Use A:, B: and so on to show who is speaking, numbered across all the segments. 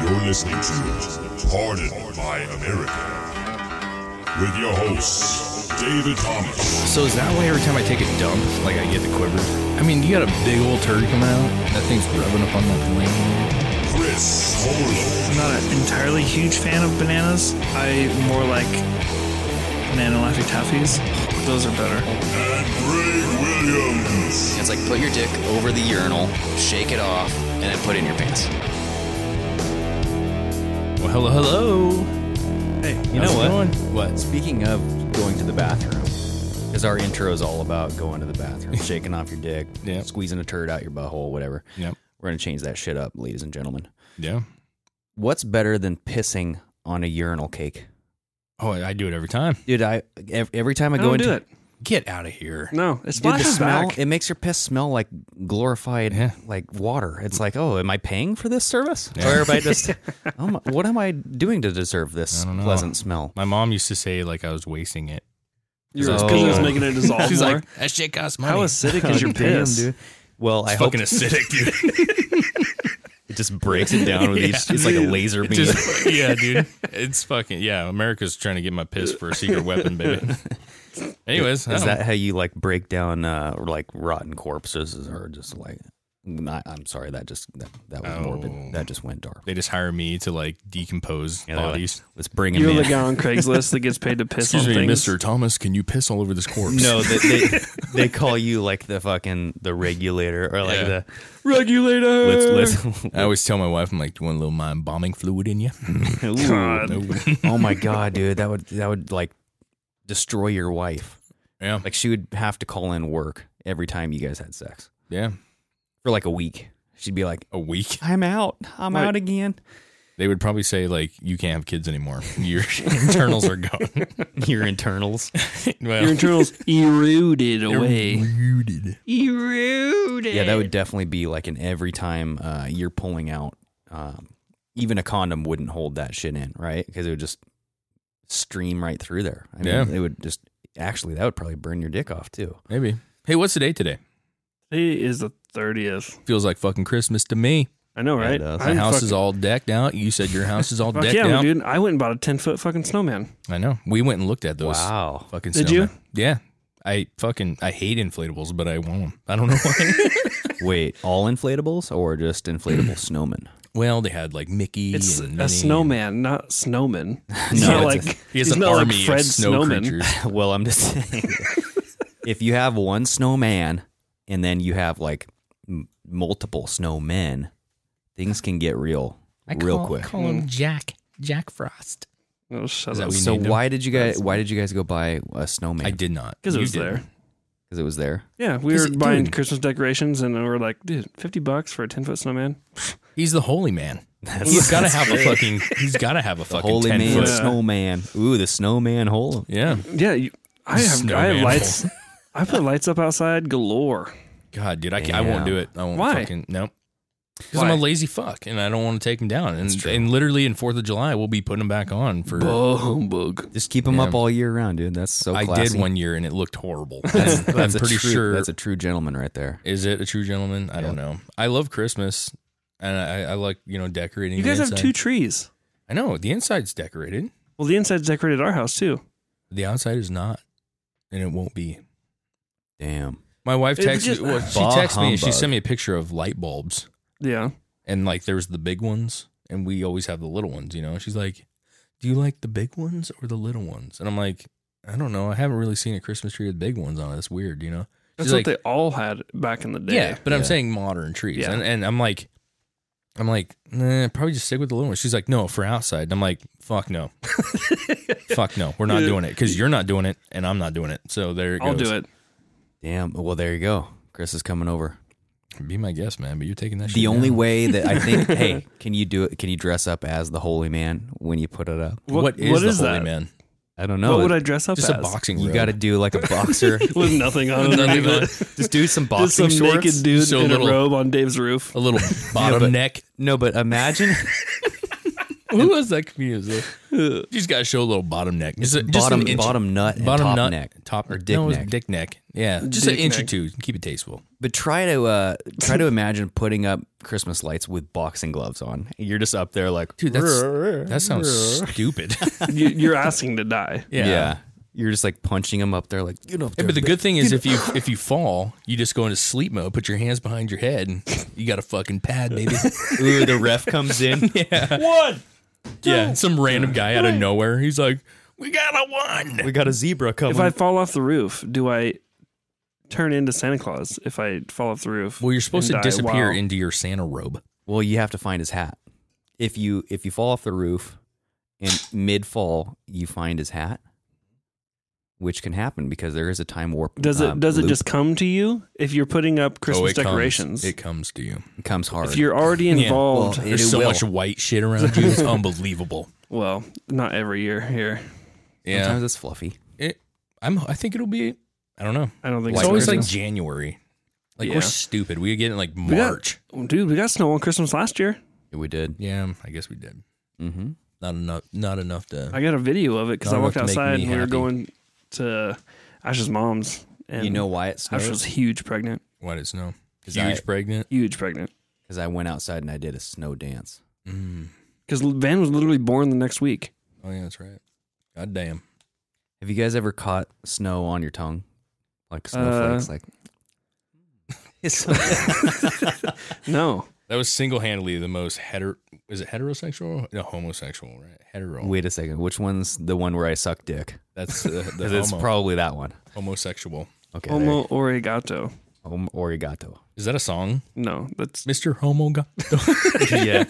A: You're listening to Pardon by America with your hosts, David Thomas
B: So is that why every time I take a dump, like I get the quivers? I mean, you got a big old turd coming out. That thing's rubbing up on that plane.
A: Chris Holo,
C: I'm not an entirely huge fan of bananas. I more like banana Laffy Taffies. Those are better.
A: and Greg Williams.
D: It's like put your dick over the urinal, shake it off, and then put it in your pants.
B: Well, hello, hello.
C: Hey,
B: You
C: how's
B: know
C: it
B: what?
C: going?
B: What?
D: Speaking of going to the bathroom, because our intro is all about going to the bathroom, shaking off your dick,
B: Yep.
D: squeezing a turd out your butthole, whatever.
B: Yep.
D: We're going to change that shit up, ladies and gentlemen.
B: Yeah.
D: What's better than pissing on a urinal cake?
B: Oh, I I do it every time.
D: Dude, I ev- every time I,
C: I
D: go
C: don't
D: into
C: do it.
B: Get out of here.
C: No, it
D: Dude, the
C: splashes
D: smell,
C: back.
D: it makes your piss smell like glorified,
B: Yeah.
D: like water. It's like, oh, am I paying for this service?
B: Yeah.
D: Or am I just, oh my- what am I doing to deserve this
B: I don't know.
D: pleasant smell?
B: My mom used to say like I was wasting it.
C: You're
D: So-
C: because it's making it dissolve
B: She's
C: more.
B: like, that shit costs money.
C: How acidic is your
D: Damn,
C: piss?
D: dude. Well, I
B: It's
D: hope
B: fucking acidic, dude.
D: it just breaks it down with each. It's like a laser beam.
B: Just- yeah, dude. It's fucking yeah. America's trying to get my piss for a secret weapon, baby. Anyways, I
D: is
B: don't-
D: that how you like break down uh like rotten corpses or just like? I, I'm sorry, that just that, that was
B: Oh.
D: morbid. That just went dark.
B: they just hire me to like decompose
D: Yeah, they're like,
B: bodies?
D: Let's bring him
C: You're the
D: in.
C: guy on Craigslist that gets paid to piss on things.
B: Thomas. Can you piss all over this corpse?
D: No, they, they they call you like the fucking the regulator or like
B: Yeah.
D: the
C: Regulator.
D: let's let's
B: I always tell my wife, I'm like, do you want a little mind bombing fluid in you?
D: Ooh.
C: God.
B: No.
D: oh my god, dude, that would that would like destroy your wife.
B: yeah,
D: Like she would have to call in work every time you guys had sex
B: yeah.
D: for like a week. She'd be like,
B: A week.
D: "I'm out, I'm
C: Right.
D: out again."
B: They would probably say like, you can't have kids anymore. Your internals are gone.
D: Your internals.
B: well,
C: Your internals eroded away.
B: rooted.
C: Eroded.
D: yeah, that would definitely be like an every time uh, you're pulling out. Um, even a condom wouldn't hold that shit in, right? Because it would just stream right through there. I mean,
B: Yeah.
D: it would just actually that would probably burn your dick off too.
B: Maybe. Hey, what's the date today?
C: Today is the 30th.
B: Feels like fucking Christmas to me.
C: I know,
D: Yeah, it
C: right?
D: does. The
B: My
C: I'm
B: house
C: fucking-
B: is all decked out. You said your house is all
C: Fuck
B: decked
C: yeah,
B: out.
C: dude. I went and bought a 10 foot fucking snowman.
B: I know. We went and looked at those.
D: Wow.
B: Fucking
C: Did
B: snowmen. Yeah. I fucking I hate inflatables, but I want them. I don't know why.
D: Wait, all inflatables or just inflatable snowmen?
B: well, they had like Mickey.
C: It's
B: and
C: a
B: Minnie.
C: snowman, not snowman. He's
D: No,
C: not
D: it's
C: like
B: He has
C: he's
B: an
C: not
B: army
C: like Fred
B: of snow
C: Snowman.
B: creatures.
D: well, I'm just saying, if you have one snowman and then you have like m- multiple snowmen, things can get real real quick.
B: Call him Jack. Jack Frost.
C: Oh, shut
B: Is that
C: up.
B: what you
D: So
B: named him?
D: why did you guys why did you guys go buy a snowman?
B: I did not.
C: Because it
B: You
C: was
B: did.
C: there.
D: because it was there.
C: Yeah, we
B: Is
C: were
B: it-
C: buying
B: dude.
C: Christmas decorations, and we were like, dude, 50 bucks for a 10 foot snowman?
B: He's the holy man. he's got to have a fucking. He's got to have a fucking
D: Holy
B: ten
D: man,
B: foot.
D: snowman. Ooh, the snowman hole.
B: Yeah.
C: Yeah, you, I have I
B: Snowman.
C: have lights. I put lights up outside galore.
B: God, dude, I, ca- I won't do it. I won't
C: Why?
B: fucking no. Because I'm
C: Why?
B: a lazy fuck, and I don't want to take them down. And,
D: true.
B: and literally, in Fourth of July, we'll be putting them back on for.
C: Oh, humbug.
D: Just keep them
B: Yeah.
D: up all year round, dude. That's so.
B: I
D: Classy.
B: did one year, and it looked horrible. That's,
D: That's
B: I'm
D: a
B: pretty
D: true,
B: sure.
D: that's a true gentleman right there.
B: is it a true gentleman? I don't know. I love Christmas, and I, I like you know decorating.
C: You guys
B: the
C: have
B: inside.
C: two trees.
B: I know the inside's decorated.
C: Well, the inside's decorated our house, too.
B: The outside is not, and it won't be.
D: Damn.
B: My wife
C: It
B: texted.
C: just-
B: well, she
D: Bah
B: texted me. and She
D: humbug.
B: sent me a picture of light bulbs,
C: Yeah.
B: and like there's the big ones, and we always have the little ones. You know, she's like, "Do you like the big ones or the little ones?" And I'm like, "I don't know. I haven't really seen a Christmas tree with big ones on it. It's weird, you know."
C: That's
B: She's
C: what
B: like,
C: they all had back in the day.
B: Yeah, but I'm
D: Yeah.
B: saying modern trees,
C: Yeah.
B: and and I'm like, I'm like, nah, probably just stick with the little ones. She's like, no, for outside. And I'm like, fuck no, fuck no, we're not doing it because you're not doing it and I'm not doing it. So there it goes.
C: I'll do it.
D: Damn. Well, there you go. Chris is coming over.
B: Be my guest, man. But you're taking that. shit
D: The only
B: down.
D: way that I think, hey, can you do it? Can you dress up as the holy man when you put it up?
B: what is
C: what
B: the
C: is
B: holy
C: that?
B: man?
D: I don't know.
C: what would I dress up
B: Oh, Just
C: as?
B: a boxing.
D: You
B: robe.
D: got to do like a boxer.
C: with nothing on underneath
B: on.
C: it.
D: Just do some
C: Just
D: boxing
C: some
D: shorts.
C: naked dude
B: So
C: in
B: little-
C: a robe on Dave's roof.
B: a little bottom
D: but-
B: neck.
D: No, but imagine
B: Who was that comedian? You just got to show a little bottom neck. Just a, just
D: bottom
B: an inch-
D: bottom nut and
B: bottom
D: top
B: nut,
D: neck.
B: top
D: or dick
B: no, it was
D: neck.
B: dick neck. Yeah, just
C: Dick
B: an inch
C: neck.
B: or two. Keep it tasteful.
D: But try to uh, try to imagine putting up Christmas lights with boxing gloves on. You're just up there like,
B: Dude, that's, that sounds stupid.
C: You, you're asking to die.
D: yeah. You're just like punching them up there, like you know.
B: Yeah, but the good thing is if you if you fall, you just go into sleep mode. Put your hands behind your head, and you got a fucking pad, baby.
D: ooh, the ref comes in.
C: One.
B: yeah, some random guy out of nowhere. He's like, "We got a one."
D: We got a zebra coming.
C: If I fall off the roof, do I turn into Santa Claus? If I fall off the roof,
B: Well, you're supposed to
C: and die?
B: disappear
C: Wow.
B: into your Santa robe.
D: well, you have to find his hat. If you if you fall off the roof, and mid fall you find his hat, which can happen because there is a time warp.
C: Does it
D: um,
C: does it
D: loop.
C: just come to you if you're putting up
B: uh, Oh,
C: Christmas
B: it comes-
C: decorations?
B: it comes to you.
D: It comes hard?
C: if you're already
B: Yeah, well,
C: involved,
D: It
B: There's so
D: will.
B: much white shit around you. It's unbelievable.
C: well, not every year here.
D: Sometimes it's fluffy.
B: It, I'm. I think it'll be. I don't know.
C: I don't think
B: It's
C: so.
B: always like
C: Christmas.
B: January. Like
C: Yeah.
B: we're stupid. We get it in like
C: We got-
B: March.
C: dude. We got snow on Christmas last year.
D: Yeah, we did.
B: yeah, I guess we did.
D: Mm-hmm.
B: Not enough. Not enough to.
C: I got a video of it because
B: Not
C: I walked
B: enough to make me
C: outside and we were
B: happy.
C: going to Ash's mom's. And
D: You know why it snows?
C: Ash was huge pregnant,
B: why did it snow? Huge
D: I-
B: pregnant.
C: huge pregnant.
D: Because I went outside and I did a snow dance.
C: Because Van was literally born the next week.
B: Oh yeah, that's right. God damn.
D: Have you guys ever caught snow on your tongue? Like
C: Uh,
D: snowflakes, like
C: No,
B: That was single handedly the most heter. Is it heterosexual? No, homosexual. Right. Hetero.
D: wait a second, which one's the one where I suck dick?
B: That's uh, the
D: 'Cause it's
B: homo-
D: probably that one.
B: homosexual.
D: Okay.
C: homo origato.
D: there. Om- origato.
B: Is that a song,
C: No, that's
B: Mister Homo? Ga-
D: yeah.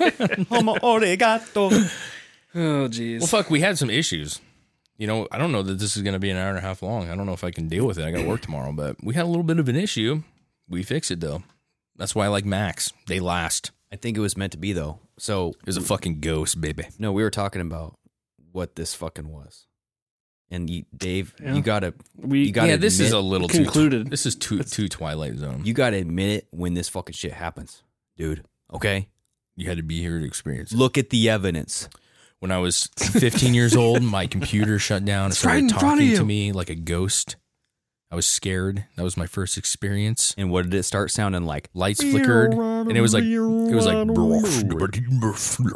D: Homo origato.
C: oh jeez.
B: well, fuck. We had some issues. You know, I don't know that this is going to be an hour and a half long. I don't know if I can deal with it. I got to work tomorrow, but we had a little bit of an issue. We fixed it though. That's why I like Max. They last.
D: I think it was meant to be though. So
B: It was a fucking ghost, baby.
D: no, we were talking about what this fucking was. And you Dave,
C: Yeah.
D: you gotta
C: we
D: you gotta
B: yeah, this is a
D: admit-
B: little
C: concluded.
B: Too, this is too too Twilight Zone. You,
D: you gotta admit it when this fucking shit happens, dude. Okay?
B: had to be here to experience. it.
D: Look at the evidence.
B: When I was 15 years old, my computer shut down. It started
C: right in front of
B: talking to
C: you.
B: me like a ghost. I was scared. That was my first experience.
D: And what did it start sounding like?
B: Lights flickered, and it was like it was like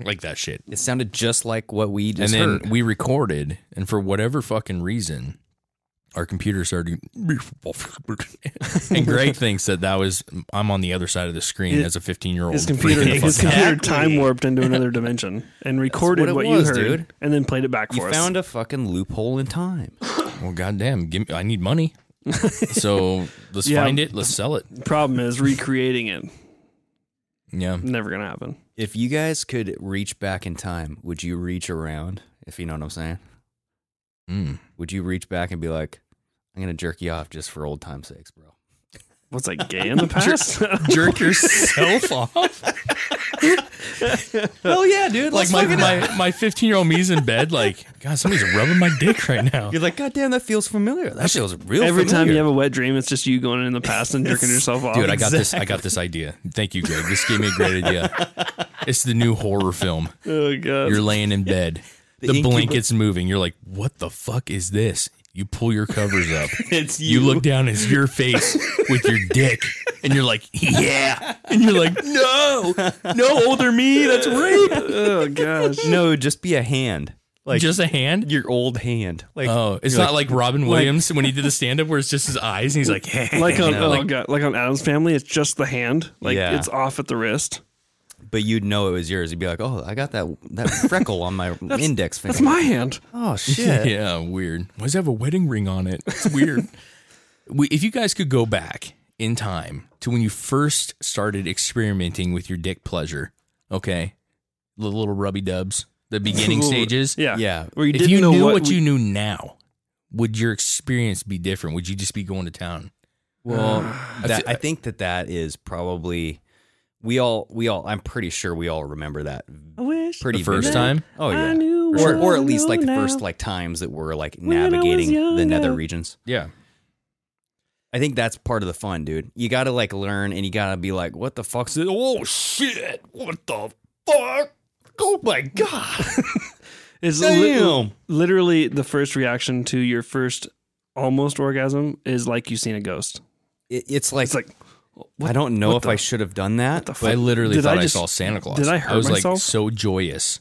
B: like that shit.
D: It sounded just like what we
B: And
D: just
B: then
D: heard.
B: we recorded, and for whatever fucking reason, our computer started. and Greg thinks that that was I'm on the other side of the screen
C: It-
B: as a 15 year old.
C: his computer, his computer time warped into another dimension and recorded
D: what it
C: what,
D: was,
C: you heard
D: dude.
C: and then played it back
D: you
C: for
D: found a fucking loophole in time.
B: Well, goddamn, give me, I need money. so let's
C: Yeah.
B: find it. Let's sell it.
C: us. Problem is recreating it.
B: Yeah.
C: Never gonna happen.
D: If you guys could reach back in time, would you reach around? If you know what I'm saying,
B: Mm.
D: would you reach back and be like, "I'm gonna jerk you off just for old time's sakes, bro"?
C: What's that gay in the past?
B: Jerk yourself off.
D: Hell yeah, dude!
B: like my my, my 15 year old me's in bed. Like, God, somebody's rubbing my dick right now.
D: You're like, God damn, that feels familiar. That feels real.
C: Every time you
D: familiar."
C: have a wet dream, it's just you going in the past and jerking yourself off.
B: Dude, I got this. I got this idea. Thank you, Greg. This gave me a great idea. It's the new horror film.
C: Oh god.
B: You're laying in bed. The,
D: incuba-
B: blanket's moving. You're like, what the fuck is this? You pull your covers up.
D: It's
B: you. look down, it's your face with your dick, and you're like, yeah. And you're like, no, no, older me, that's rape.
C: oh gosh.
D: no, just be a hand, like
B: just a hand?
D: your old hand. Like,
B: Oh, it's
D: you're
B: not like, Robin Williams when he did the stand up where it's just his eyes and he's like,
C: Like on
B: you know,
C: oh
B: like,
C: god, like on Adam's family, it's just the hand. Like
D: Yeah.
C: it's off at the wrist.
D: but you'd know it was yours. You'd be like, "Oh, I got that that freckle on my index finger."
C: That's my hand.
D: oh
B: yeah.
D: shit!
B: weird. Why does it have a wedding ring on it? It's weird. we, if you guys could go back in time to when you first started experimenting with your dick pleasure, okay, the little rubby dubs, the beginning
C: Little-
B: stages,
C: Yeah.
D: Yeah.
C: Where you
B: if
C: didn't
B: you
C: know
B: knew what,
C: we-
B: you knew now, would your experience be different? Would you just be going to town?
D: Well, that, I think that that is probably we all we all I'm pretty sure we all remember that
C: I wish
D: pretty
B: The first
D: vividly.
B: time?
D: Oh
C: I
D: yeah,
C: knew
D: or
C: what
D: or
C: I
D: at least
C: know
D: like the
C: now.
D: first like times that we're like
C: When I was
D: navigating the
C: younger.
D: nether regions.
B: Yeah.
D: I think that's part of the fun, dude. You got to like learn and you got to be like, what the fuck's this? Oh shit! What the fuck? Oh my god!
C: It's li-
D: Damn.
C: literally the first reaction to your first almost orgasm is like you've seen a ghost.
D: It- it's like
C: It's like
D: I don't know
C: what
D: if
C: the-
D: I should have done that.
C: the fuck?
B: I literally
C: Did
B: thought I,
C: just-
B: saw Santa Claus.
C: Did I hurt
B: I was
C: myself?
B: like so joyous.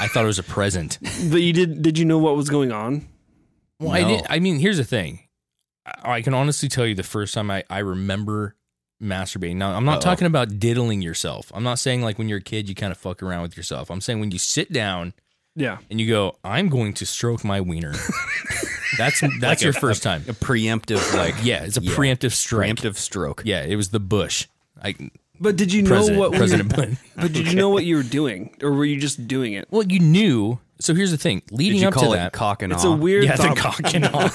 B: I thought it was a present.
C: but you did. Did you know what was going on?
B: Well, I,
D: No.
B: did, I mean, here's the thing. I, I can honestly tell you the first time I, I remember masturbating. Now, I'm not
D: Uh-oh.
B: talking about diddling yourself. I'm not saying like when you're a kid, you kind of fuck around with yourself. I'm saying when you sit down
C: Yeah.
B: and you go, I'm going to stroke my wiener. that's that's your first time.
D: a preemptive like
B: yeah, it's a
D: yeah,
B: preemptive strike.
D: preemptive stroke.
B: Yeah, it was the Bush. I,
C: But did you know
B: President,
C: what?
B: President
C: were
B: Bush.
C: you, but did you know what you were doing, or were you just doing it?
B: Well, you knew. So here's the thing.
D: Did
B: Leading
D: you
B: up
D: call
B: to
D: it
B: that,
D: cock and
C: It's
D: awe?
C: a weird.
B: yeah, the
C: thought-
B: cock and all.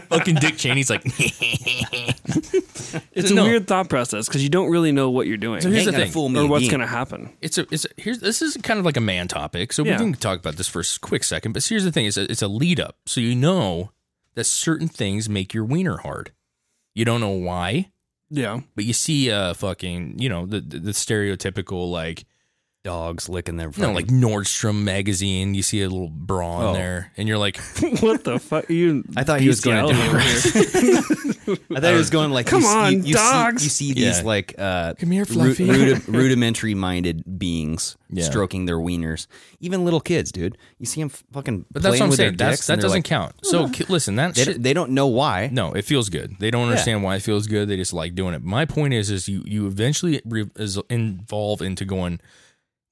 B: Fucking Dick Cheney's like.
C: It's a
B: No.
C: weird thought process because you don't really know what you're doing
B: So here's
D: Ain't
B: the
D: gonna
B: thing.
D: fool me
C: or what's
D: again.
C: going to happen.
B: it's a it's a, here's this is kind of like a man topic, so
C: Yeah.
B: we can talk about this for a quick second. But here's the thing: it's a, it's a lead up, so you know that certain things make your wiener hard. You don't know why,
C: Yeah.
B: but you see uh fucking you know the the, the stereotypical like
D: dogs licking their
B: you know like Nordstrom magazine. You see a little bra in
D: Oh.
B: there, and you're like,
C: what the fuck? You.
D: I thought he was going to do
C: bestiality
D: it.
C: over here.
D: I thought he was going like,
C: Come
D: you, see-
C: on,
D: you, you
C: dogs.
D: See, you see
B: Yeah.
D: these like uh,
B: Come here,
D: ru-
B: Fluffy.
D: rudi- rudimentary-minded beings
B: Yeah.
D: stroking their wieners. Even little kids, dude. You see them fucking
B: but that's
D: playing
B: what I'm
D: with
B: saying.
D: their
B: That's,
D: dicks.
B: that
D: and they're
B: doesn't
D: like,
B: count. So ki- listen, that
D: They,
B: shit,
D: don't- they don't know why.
B: No, it feels good. They don't understand why it feels good. They just like doing it. My point is, is you you eventually re- is involve into going.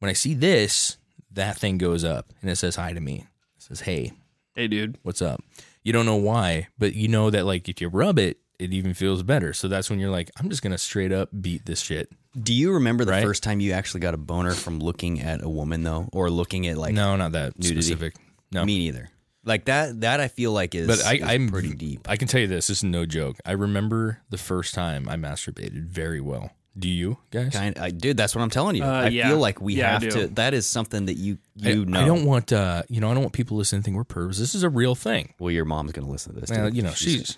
B: When I see this, that thing goes up and it says hi to me. It says hey,
C: hey, dude.
B: what's up? You don't know why, but you know that like if you rub it, it even feels better. So that's when you're like, I'm just gonna straight up beat this shit.
D: Do you remember the
B: Right?
D: first time you actually got a boner from looking at a woman though, or looking at like
B: no, not that
D: nudity.
B: specific. No,
D: me neither? Like that. That I feel like is,
B: but I,
D: is
B: I'm
D: pretty deep.
B: I can tell you this. This is no joke. I remember the first time I masturbated very well. Do you guys?
D: Kind, I, dude, that's what I'm telling you.
C: Uh,
D: I
C: yeah.
D: feel like we
C: Yeah, I
D: have
C: do.
D: to. That is something that you
B: I-
D: you know.
B: I don't want uh, you know, I don't want people listening to think we're pervs. This is a real thing.
D: well, your mom's gonna listen to this.
B: Well,
D: dude.
B: you know, she's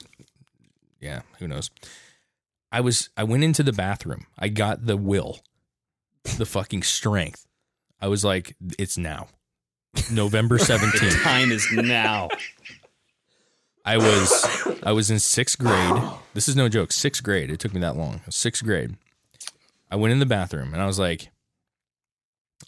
B: yeah, who knows. I was I went into the bathroom. I got the will, the fucking strength. I was like, it's now. November seventeenth.
D: time is now.
B: I was I was in sixth grade. This is no joke. Sixth grade. It took me that long. Sixth grade. I went in the bathroom and I was like,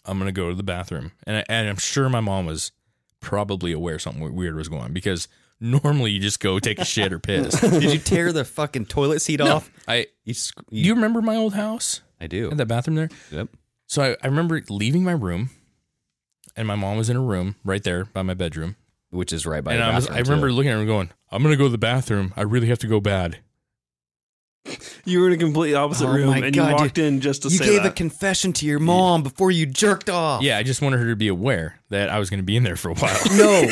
B: I'm gonna go to the bathroom. And I, and I'm sure my mom was probably aware something weird was going on because normally you just go take a shit or piss.
D: Did you tear the fucking toilet seat
B: No,
D: off?
B: I
D: You, sc-
B: do you remember my old house?
D: I do.
B: I had that bathroom there.
D: Yep.
B: So I, I remember leaving my room and my mom was in a room right there by my bedroom.
D: Which is right by
B: and
D: the
B: I was
D: bathroom.
B: I remember
D: too.
B: looking at her and going, I'm gonna go to the bathroom. I really have to go bad.
C: You were in a completely opposite
D: Oh
C: room,
D: my
C: and
D: God,
C: you walked
D: dude.
C: in just to
D: you
C: say
D: gave a
C: that.
D: confession to your mom before you jerked off.
B: Yeah, I just wanted her to be aware that I was going to be in there for a while.
D: No.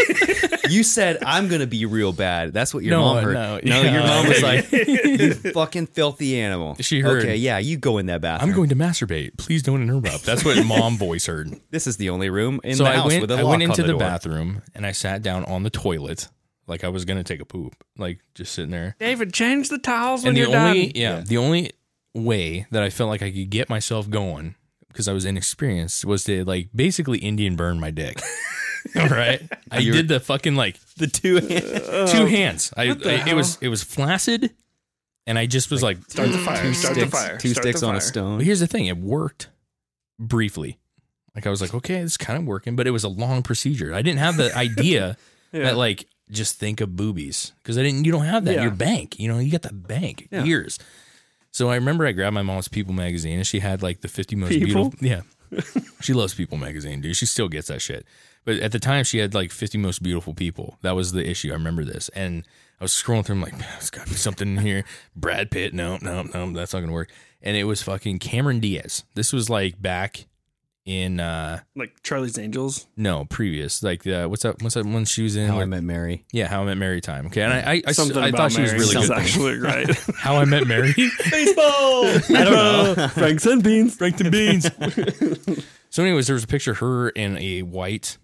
D: you said I'm gonna be real bad. That's what your
B: No,
D: mom heard.
B: no.
D: your
B: Yeah.
D: mom was like, "You fucking filthy animal."
B: She heard.
D: Okay, yeah, you go in that bathroom.
B: I'm going to masturbate. Please don't interrupt. That's what mom voice heard.
D: This is the only room in
B: so
D: the
B: I
D: house
B: went.
D: with a
B: I
D: lock
B: went
D: on
B: into the,
D: door.
B: bathroom and I sat down on the toilet, like I was going to take a poop, like just sitting there.
C: David, change the towels
B: and
C: when
B: the
C: you're
B: only,
C: done.
B: yeah, the only way that I felt like I could get myself going because I was inexperienced was to like basically Indian burn my dick. All right, I did the fucking like
D: The two hands.
B: two hands. I,
C: the
B: I- it was it was flaccid, and I just was like
C: Start the fire. Start
D: sticks,
C: the fire.
D: two
C: start
D: sticks
C: the
D: on a
C: fire.
D: stone.
B: But Um, here's the thing, it worked briefly. Like I was like, okay, it's kind of working, but it was a long procedure. I didn't have the idea that like just think of boobies because I didn't. You don't have that.
C: Yeah.
B: Your bank, you know, you got the bank
C: Yeah.
B: years. So I remember I grabbed my mom's People magazine and she had like the 50 most
C: People?
B: beautiful. Yeah, she loves People magazine, dude. She still gets that shit. But at the time, she had like 50 most beautiful people. That was the issue. I remember this, and I was scrolling through. I'm like, there's got to be something in here. Brad Pitt, no, no, no, that's not gonna work. And it was fucking Cameron Diaz. This was like back in uh
C: Like Charlie's Angels.
B: no previous like uh, what's that what's that one she was in
D: How I
B: with-
D: Met Mary.
B: yeah how I met Mary time okay and I I, I, s-
C: Something
B: I
C: about
B: thought she was
C: Mary
B: really
C: sounds
B: good
C: actually right.
B: how I met Mary
C: Baseball. I don't know. Franks and beans.
B: Frank the beans so anyways there was a picture of her in a white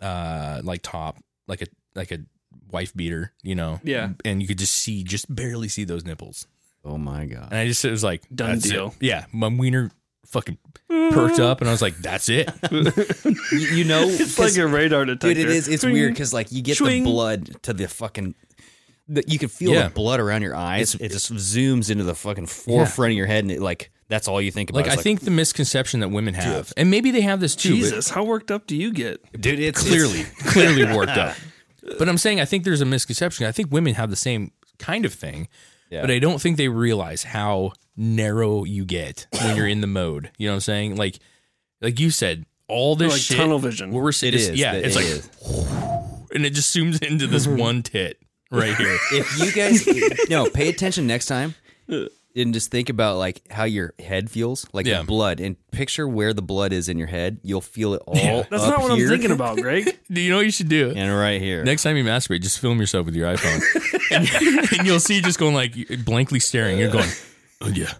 B: uh like top like a like a wife beater you know
C: Yeah.
B: and you could just see just barely see those nipples
D: Oh my god.
B: and I just it was like
C: Done
B: that's it.
C: deal.
B: yeah my wiener fucking perked up and I was like that's it
D: You, you know,
C: It's like a radar detector.
D: dude, it is. It's
C: Twing.
D: weird because like you get
C: Swing.
D: the blood to the fucking. The, you can feel
B: Yeah.
D: the blood around your eyes. it just zooms into the fucking forefront of your head, and it like that's all you think about.
B: like
D: is,
B: I think the misconception that women have and maybe they have this too but-
C: Jesus, how worked up do you get?
D: dude, it's
B: clearly, clearly worked up. But I'm saying I think there's a misconception. I think women have the same kind of thing, but I don't think they realize how narrow you get when you're in the mode. You know what I'm saying? Like, like you said, all this
C: Like
B: shit,
C: tunnel vision.
B: What we're saying,
D: It
B: is,
D: is.
B: yeah,
D: It
B: it's like,
D: is.
B: and it just zooms into this
C: Mm-hmm.
B: one tit right here.
D: if you guys no pay attention next time and just think about like how your head feels like
B: Yeah.
D: the blood and picture where the blood is in your head you'll feel it all
C: That's
D: up
C: not what
D: here
C: I'm thinking about, Greg.
B: Do you know what you should do?
D: and right here
B: Next time you masturbate, just film yourself with your iPhone, and, and you'll see just going like blankly staring. You're going, oh, yeah.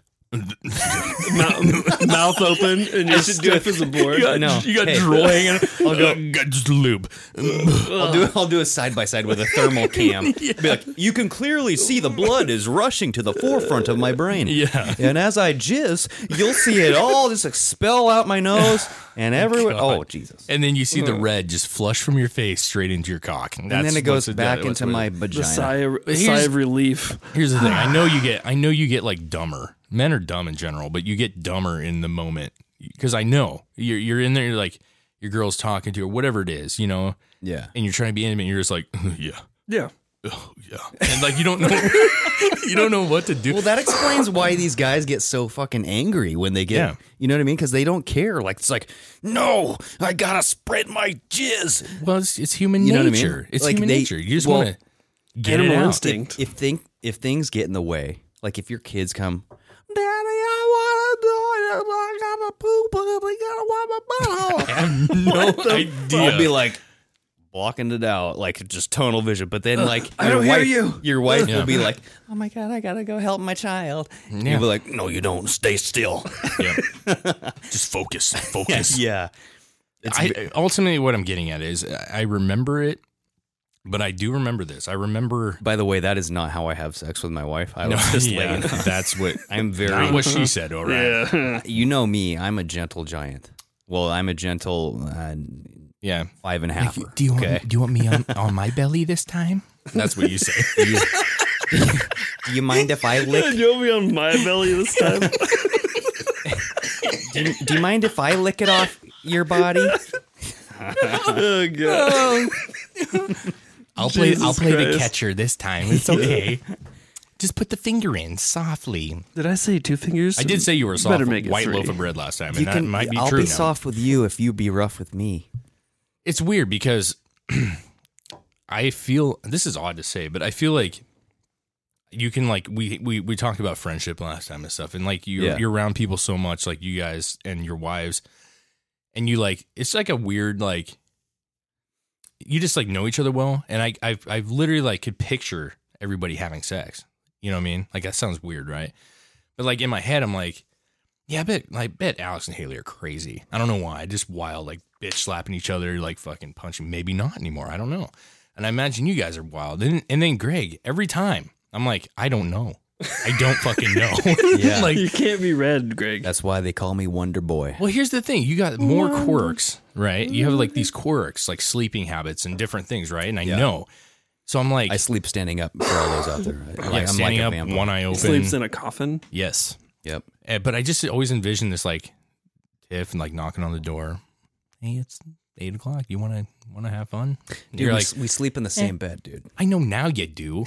C: mouth, mouth open and your stiff as a board.
B: You got,
D: No.
B: you got
D: Hey.
B: drool hanging. I'll go. got just lube.
D: I'll do I'll do a side by side with a thermal cam be like you can clearly see the blood is rushing to the forefront of my brain
B: Yeah.
D: and as I jizz you'll see it all just expel out my nose and everywhere oh Jesus
B: And then you see the red just flush from your face straight into your cock. And,
D: and
B: that's
D: then it goes
B: what's-
D: back
B: that's
D: into
B: what-
D: my
C: The sigh
D: vagina
C: of, sigh
B: here's-
C: of relief.
B: Here's the thing. I know you get. I know you get like dumber. Men are dumb in general, but you get dumber in the moment because I know you're you're in there. You're like your girl's talking to you or whatever it is, you know,
D: yeah
B: and you're trying to be intimate. And you're just like, yeah,
C: Yeah.
B: oh, yeah, and like you don't know, you don't know what to do.
D: Well, that explains why these guys get so fucking angry when they get,
B: Yeah.
D: you know what I mean? Because they don't care. Like it's like, no, I gotta spread my jizz.
B: Well, it's, it's human
D: You know what I mean?
B: nature. It's
D: Like,
B: human
D: they-
B: nature. You just
D: well,
B: want to get it
C: Animal
B: out.
C: instinct.
D: If think if things get in the way, like if your kids come, Daddy, I wanna do it. I gotta poop. I gotta wipe my
B: have
D: butthole.
B: no
D: I'll be
B: idea.
D: like blocking it out, like just tunnel vision. But then, like,
C: I don't
D: your
C: hear
D: wife-
C: you.
D: Your wife
B: Yeah.
D: will be like, "Oh my god, I gotta go help my child." And
B: Yeah.
D: You'll be like, "No, you don't. Stay still."
B: Yeah. Just focus, focus.
D: yeah, it's
B: I, ultimately, what I'm getting at is uh, I remember it, but I do remember this. I remember.
D: By the way, that is not how I have sex with my wife. I
B: No,
D: was just
B: yeah,
D: laying.
B: that's what
D: I'm
B: not
D: very.
B: what she said. All right. Yeah.
C: Yeah.
D: You know me. I'm a gentle giant. Well, I'm a gentle uh, five and a half.
B: Do you want? Do you want me on, on my belly this time? That's what you say.
D: Do you mind if I lick?
C: You'll be on my belly this time.
D: Do you, do you mind if I lick it off your body?
C: oh, God.
B: I'll play.
C: Jesus
B: I'll play the
C: Christ.
B: catcher this time. It's okay. Just put the finger in softly.
C: Did I say two fingers?
B: I did say you were soft.
C: Better make it
B: white
C: three.
B: loaf of bread last time, and
D: You
B: that
D: can.
B: might be
D: I'll
B: true.
D: be
B: now.
D: soft with you if you be rough with me.
B: it's weird because I feel this is odd to say, but I feel like you can like we we we talked about friendship last time and stuff, and like you
D: Yeah.
B: you're around people so much, like you guys and your wives, and you like it's like a weird like you just like know each other well, and I I've I've literally like could picture everybody having sex. You know what I mean? Like that sounds weird, right? But like in my head, I'm like, yeah, I bet I bet Alex and Haley are crazy. I don't know why. Just wild, like bitch slapping each other, like fucking punching. Maybe not anymore. I don't know. And I imagine you guys are wild. And and then Greg, every time I'm like, I don't know. I don't fucking know.
D: Yeah.
B: like
C: You can't be red, Greg.
D: That's why they call me Wonder Boy.
B: well, here's the thing. You got more quirks, right? You have like these
C: Mm-hmm.
B: quirks, like sleeping habits and different things, right? And I know. So I'm like,
D: I sleep standing up for all those out there. Right? Like,
B: like
D: I'm
B: standing
D: like a
B: up,
D: vampire.
B: one eye open.
C: Sleeps in a coffin.
B: yes.
D: Yep.
B: Uh, but I just always envision this like Tiff and like knocking on the door. Hey, it's eight o'clock. You want to want to have fun? And
D: Dude,
B: You're
D: we,
B: like, Eh.
D: s- we sleep in the same bed, dude.
B: I know now you do.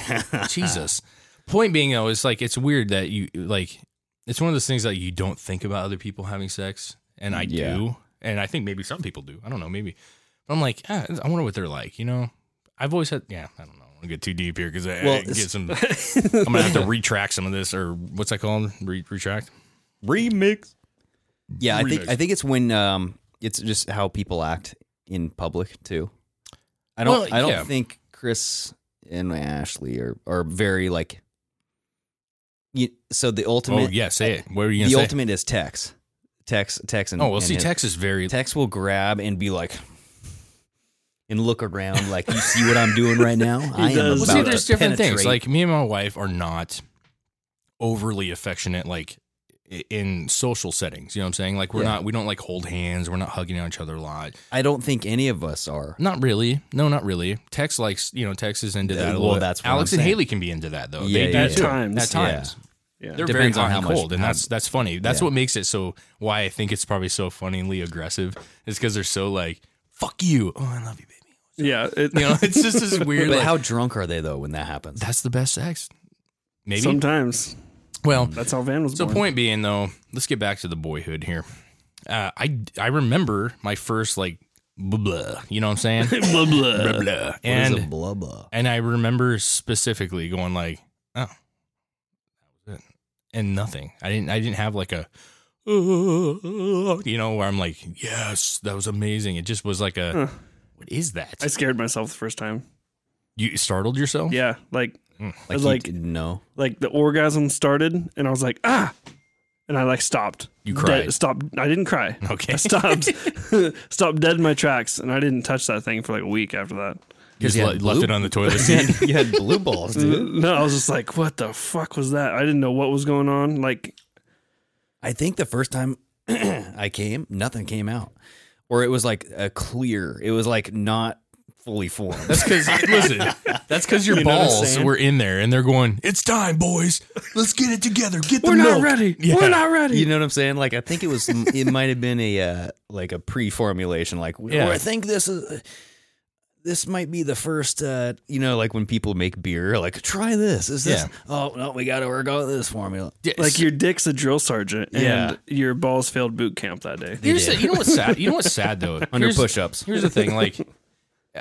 B: Jesus. Point being though is like it's weird that you like it's one of those things that you don't think about other people having sex, and I
D: Yeah.
B: do, and I think maybe some people do. I don't know, maybe. But I'm like, ah, I wonder what they're like. You know, I've always had. Yeah, I don't know. I want to get too deep here because I, I
D: Well,
B: get
D: it's-
B: some. I'm gonna have to retract some of this, or what's that called? Re- retract.
D: Remix. Yeah, I think
B: Remix.
D: I think it's when um it's just how people act in public too. I don't
B: Well,
D: I don't
B: yeah.
D: think Chris and Ashley are are very like you, so the ultimate
B: oh yeah, say it. What are you
D: the
B: gonna say?
D: ultimate is Tex. Tex Tex and
B: oh, well,
D: and
B: see,
D: his-
B: Tex is very.
D: Tex will grab and be like and look around like you see what I'm doing right now? I am
C: does.
B: Well,
D: about
B: see, there's
D: to
B: different
D: penetrate.
B: things. Like me and my wife are not overly affectionate, like i- in social settings. You know what I'm saying? Like we're
D: Yeah.
B: not, we don't like hold hands. We're not hugging each other a lot.
D: I don't think any of us are.
B: Not really. No, not really. Tex likes, you know, Tex is into
D: Yeah,
B: that. a
D: well,
B: little bit.
D: that's what
B: Alex
D: I'm
B: and
D: saying.
B: Haley can be into that though.
D: Yeah,
B: they
D: yeah,
B: do
D: yeah.
B: too.
C: At times,
B: At times.
C: Yeah.
B: They're
D: Depends
B: very hot
D: on how
B: and
D: much-
B: cold, and
D: how-
B: that's that's funny. That's
D: yeah.
B: what makes it so. Why I think it's probably so funnily aggressive is because they're so like "fuck you." Oh, I love you, baby.
C: Yeah. It,
B: You know, it's just this weird.
D: But
B: like,
D: how drunk are they though when that happens?
B: that's the best sex. Maybe.
C: sometimes
B: well,
C: that's how Van was
B: so
C: born.
B: point being though, let's get back to the boyhood here. Uh, I I remember my first like blah blah. You know what I'm saying?
C: blah blah.
B: blah blah.
D: What is
B: And
D: a blah blah?
B: And I remember specifically going like, "Oh, that was it," and nothing. I didn't. I didn't have like a, you know, where I'm like, "Yes, that was amazing." It just was like a,
C: Huh.
B: "What is that?"
C: I scared myself the first time.
B: you startled yourself.
C: Yeah, like
D: Like,
C: like-
D: you didn't know.
C: like the orgasm started, and I was like ah, and I like stopped.
B: You cried.
C: Dead- stopped. I didn't cry.
B: Okay.
C: I stopped. stopped dead in my tracks, and I didn't touch that thing for like a week after that.
B: You just
D: you
B: le-
D: had
B: left
D: blue-
B: it on the toilet seat.
D: you had blue balls, dude.
C: No, I was just like, what the fuck was that? I didn't know what was going on. Like,
D: I think the first time I came, nothing came out, or it was like a clear. It was like not fully formed.
B: That's because listen, that's because your
C: You know what I'm
B: balls
C: saying?
B: were in there, and they're going, "It's time, boys. Let's get it together. Get the
C: we're not
B: milk."
C: ready.
B: Yeah.
C: We're not ready.
D: you know what I'm saying? Like I think it was. it might have been a uh, like a pre-formulation. Like "Well,
B: Yeah.
D: I think this is. This might be the first, uh, you know, like when people make beer, like try this. Is this?
B: Yeah.
D: Oh no, we got to work out this formula.
C: like your dick's a drill sergeant, and
D: Yeah.
C: your balls failed boot camp that day.
B: Here's
D: did.
B: the, you know what's sad. You know what's sad though.
D: Under
B: Here's-
D: push-ups.
B: Here's the thing, like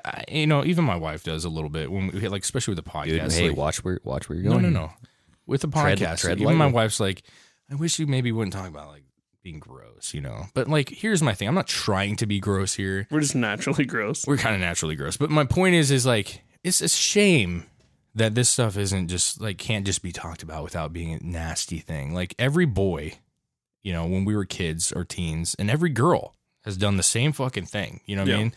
B: I, you know, even my wife does a little bit when we like, especially with the
D: Dude,
B: podcast.
D: hey,
B: like-
D: watch where watch where you're
B: no,
D: going.
B: no, no. With the
D: Tread-
B: podcast,
D: tread
B: even my
D: lightly.
B: wife's like, I wish you maybe wouldn't talk about like being gross, you know. But like, here's my thing. I'm not trying to be gross here.
C: We're just naturally gross.
B: We're kind of naturally gross. But my point is, is like, it's a shame that this stuff isn't just like can't just be talked about without being a nasty thing. Like every boy, you know, when we were kids or teens, and every girl has done the same fucking thing. You know what I
C: Yeah.
B: mean?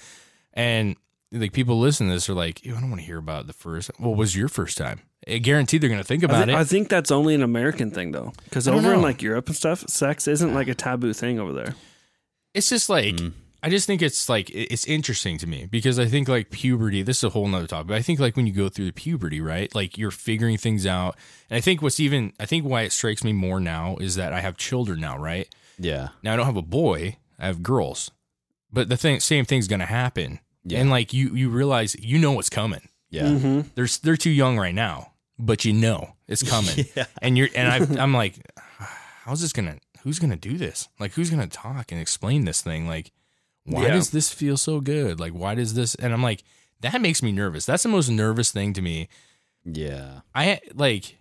B: And like people listen to this are like, "Ew, I don't want to hear about the first. What was your first time? I guarantee they're gonna think
C: I,
B: about
C: thi- I
B: it.
C: think that's only an American thing, though, because
B: I don't
C: over in
B: know.
C: like Europe and stuff, sex isn't like a taboo thing over there.
B: It's just like. I just think it's like it- it's interesting to me because I think like puberty. This is a whole nother topic. But I think like when you go through the puberty, right? Like you're figuring things out, and I think what's even I think why it strikes me more now is that I have children now, right?
D: Yeah.
B: Now I don't have a boy, I have girls. But the thing same thing's gonna happen.
D: Yeah.
B: And like you you realize you know what's coming.
D: Yeah.
B: They're s- they're too young right now, but you know it's coming. And you're and I I'm like how's this gonna who's gonna do this? Like who's gonna talk and explain this thing? Like why
C: Yeah.
B: does this feel so good? Like why does this and I'm like that makes me nervous. That's the most nervous thing to me
D: Yeah.
B: I like,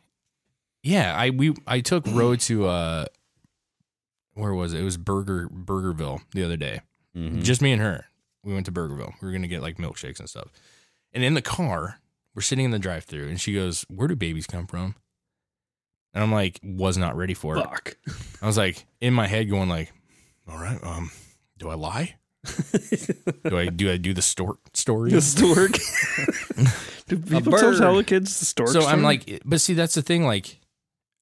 B: yeah. I we I took road to uh, where was it? It was Burger Burgerville the other day. Just me and her. We went to Burgerville. We were gonna get like milkshakes and stuff. And in the car, we're sitting in the drive-through, and she goes, "Where do babies come from?" And I'm like, was not ready for it.
C: Fuck.
B: I was like in my head going like, "All right, um, do I lie? do I do I do the stork story?
C: The stork. Do people still
D: bird.
C: tell the kids the stork?
B: so
C: story?
B: I'm like, but see, that's the thing. Like,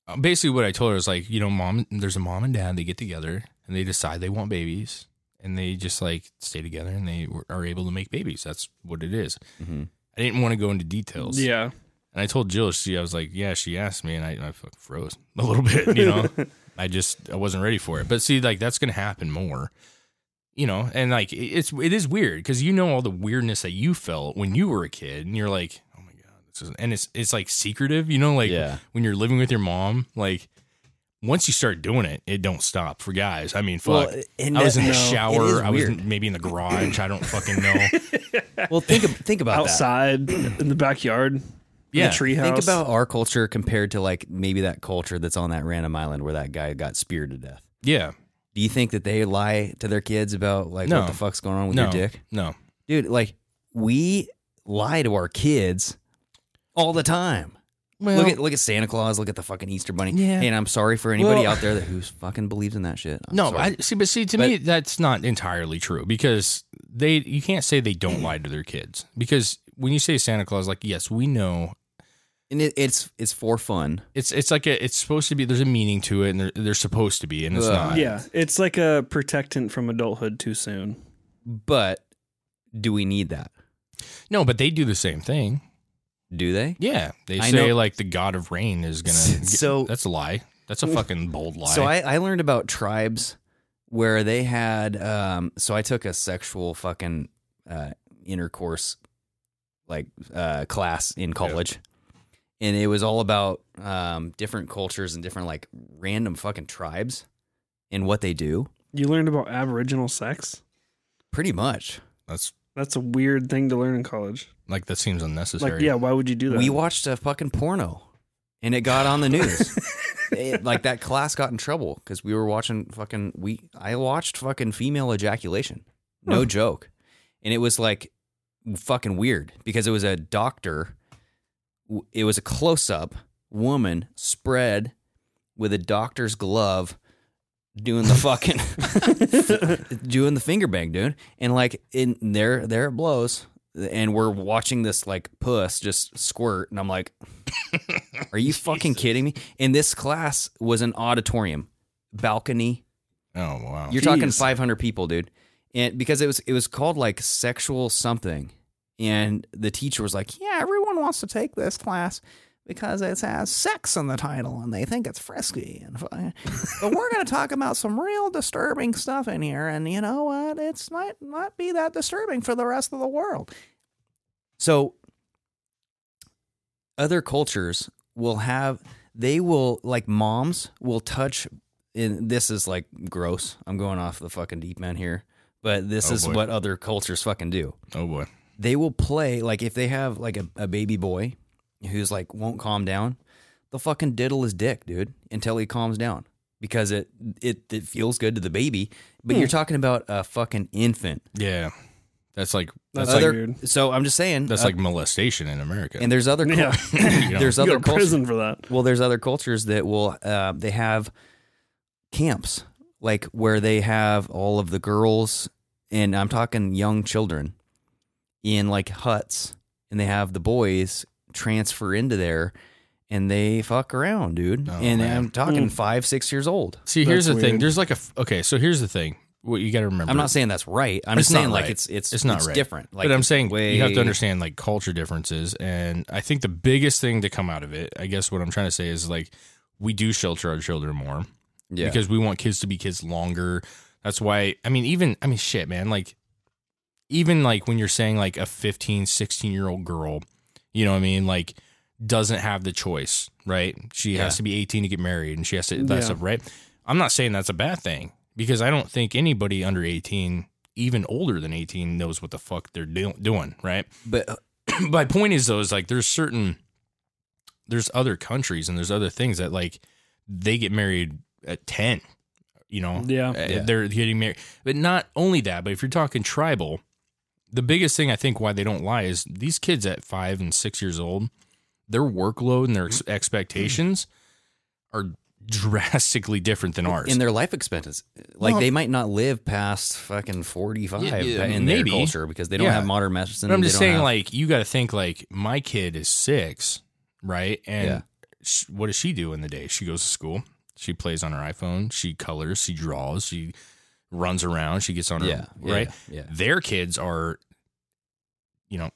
B: uh, basically, what I told her is like, you know, mom, there's a mom and dad. They get together and they decide they want babies, and they just like stay together and they were- are able to make babies. That's what it is.
D: Mhm.
B: I didn't want to go into details.
C: yeah,
B: and I told Jill. She, I was like, yeah. She asked me, and I, I fucking froze a little bit. You know, I just I wasn't ready for it. But see, like that's gonna happen more. You know, and like it- it's it is weird because you know all the weirdness that you felt when you were a kid, and you're like, oh my god, this is and it's it's like secretive. You know, like
D: Yeah.
B: when you're living with your mom, like once you start doing it, it don't stop for guys. I mean,
D: Well,
B: fuck.
D: and
B: I was
D: that-
B: in the
D: no, it is
B: shower. I was
D: weird.
B: in- maybe in the garage. I don't fucking know.
D: Well, think ab- think about that.
C: outside in the backyard.
B: Yeah.
C: in the treehouse.
D: Think about our culture compared to like maybe that culture that's on that random island where that guy got speared to death.
B: yeah.
D: Do you think that they lie to their kids about like
B: No.
D: what the fuck's going on with
B: no,
D: your dick?
B: no.
D: Dude, like we lie to our kids all the time.
B: Well,
D: look at look at Santa Claus, look at the fucking Easter bunny.
B: Yeah.
D: And I'm sorry for anybody
B: Well-
D: out there that who's fucking believes in that shit. I'm
B: no,
D: sorry.
B: I see, but see, to me, that's not entirely true because they, you can't say they don't lie to their kids because when you say Santa Claus, like, yes, we know
D: and it, it's it's for fun.
B: it's, it's like a, it's supposed to be, there's a meaning to it and there, there's supposed to be, and it's
D: Ugh.
B: not.
C: Yeah, it's like a protectant from adulthood too soon.
D: But do we need that?
B: No, but they do the same thing.
D: Do they?
B: Yeah. They
D: I
B: say
D: know-
B: like the God of rain is going to,
D: So-
B: that's a lie. That's a fucking bold lie.
D: So I, I learned about tribes where they had. Um, so I took a sexual fucking uh, intercourse like uh, class in college, and it was all about um, different cultures and different like random fucking tribes and what they do.
C: You learned about Aboriginal sex.
D: Pretty much,
B: that's
C: That's a weird thing to learn in college.
B: like, that seems unnecessary.
C: Like, yeah, why would you do that?
D: we watched a fucking porno, and it got on the news. It- like that class got in trouble because we were watching fucking we I watched fucking female ejaculation, no joke, and it was like fucking weird because it was a doctor, w- it was a close up woman spread with a doctor's glove doing the fucking doing the finger bang, dude. And like in there there it blows. And we're watching this like puss just squirt, and I'm like, "Are you fucking kidding me?" And this class was an auditorium, balcony.
B: Oh, wow.
D: You're talking
C: Jeez.
D: 500 people, dude. And because it was it was called like sexual something, and the teacher was like, "Yeah, everyone wants to take this class because it has sex in the title, and they think it's frisky, and fu- but we're going to talk about some real disturbing stuff in here, and you know what? It's might not be that disturbing for the rest of the world." So, other cultures will have they will like moms will touch and this is like gross. I'm going off the fucking deep end here, but this
B: Oh,
D: is
B: boy.
D: what other cultures fucking do.
B: oh, boy.
D: They will play like if they have like a, a baby boy who's like won't calm down, they'll fucking diddle his dick, dude, until he calms down because it it it feels good to the baby. But
C: Hmm.
D: you're talking about a fucking infant.
B: Yeah. That's like, that's
C: That's
B: like,
D: Other-
C: weird.
D: so I'm just saying
B: that's
D: uh,
B: like molestation in America.
D: and there's other cul-
C: Yeah.
B: You know?
D: there's
C: You
D: other
C: go to
D: cultures
C: prison for that.
D: Well, there's other cultures that will uh, they have camps like where they have all of the girls and I'm talking young children in like huts and they have the boys transfer into there and they fuck around, dude.
B: Oh,
D: and
B: man.
D: I'm
C: Hmm.
D: talking five, six years old.
B: See, here's the
C: That's
B: thing.
C: weird.
B: There's like a f- okay. So here's the thing. What you got to remember.
D: I'm not saying that's right. I'm
B: It's
D: just saying
B: not
D: like
B: right.
D: it's it's
B: it's not right.
D: different. Like
B: but I'm saying you have
D: way-
B: to understand like culture differences, and I think the biggest thing to come out of it, I guess, what I'm trying to say is like we do shelter our children more
D: yeah.
B: because we want kids to be kids longer. That's why. I mean, even I mean, shit, man. Like even like when you're saying like a 15, 16 year old girl, you know what I mean? Like doesn't have the choice, right? She has
D: Yeah.
B: to be 18 to get married and she has to that
C: Yeah.
B: stuff, right? I'm not saying that's a bad thing because I don't think anybody under 18, even older than 18, knows what the fuck they're do- doing, right?
D: but uh,
B: my point is though is like there's certain there's other countries and there's other things that like they get married at 10 you know
C: Yeah.
B: Uh,
D: Yeah.
B: they're getting married but not only that but if you're talking tribal the biggest thing i think why they don't lie is these kids at five and six years old their workload and their ex- expectations are drastically different than ours
D: in their life expenses. Like
B: Well-
D: they might not live past fucking forty five
B: Yeah, yeah,
D: in
B: maybe.
D: their culture because they don't
B: Yeah.
D: have modern medicine.
B: But I'm
D: they
B: just
D: don't
B: saying,
D: have-
B: like, you got to think, like, my kid is six, right? And
D: Yeah.
B: sh- what does she do in the day? She goes to school. She plays on her iPhone. She colors. She draws. She runs around. She gets on her,
D: yeah, yeah,
B: right?
D: Yeah,
B: Their kids are, you know,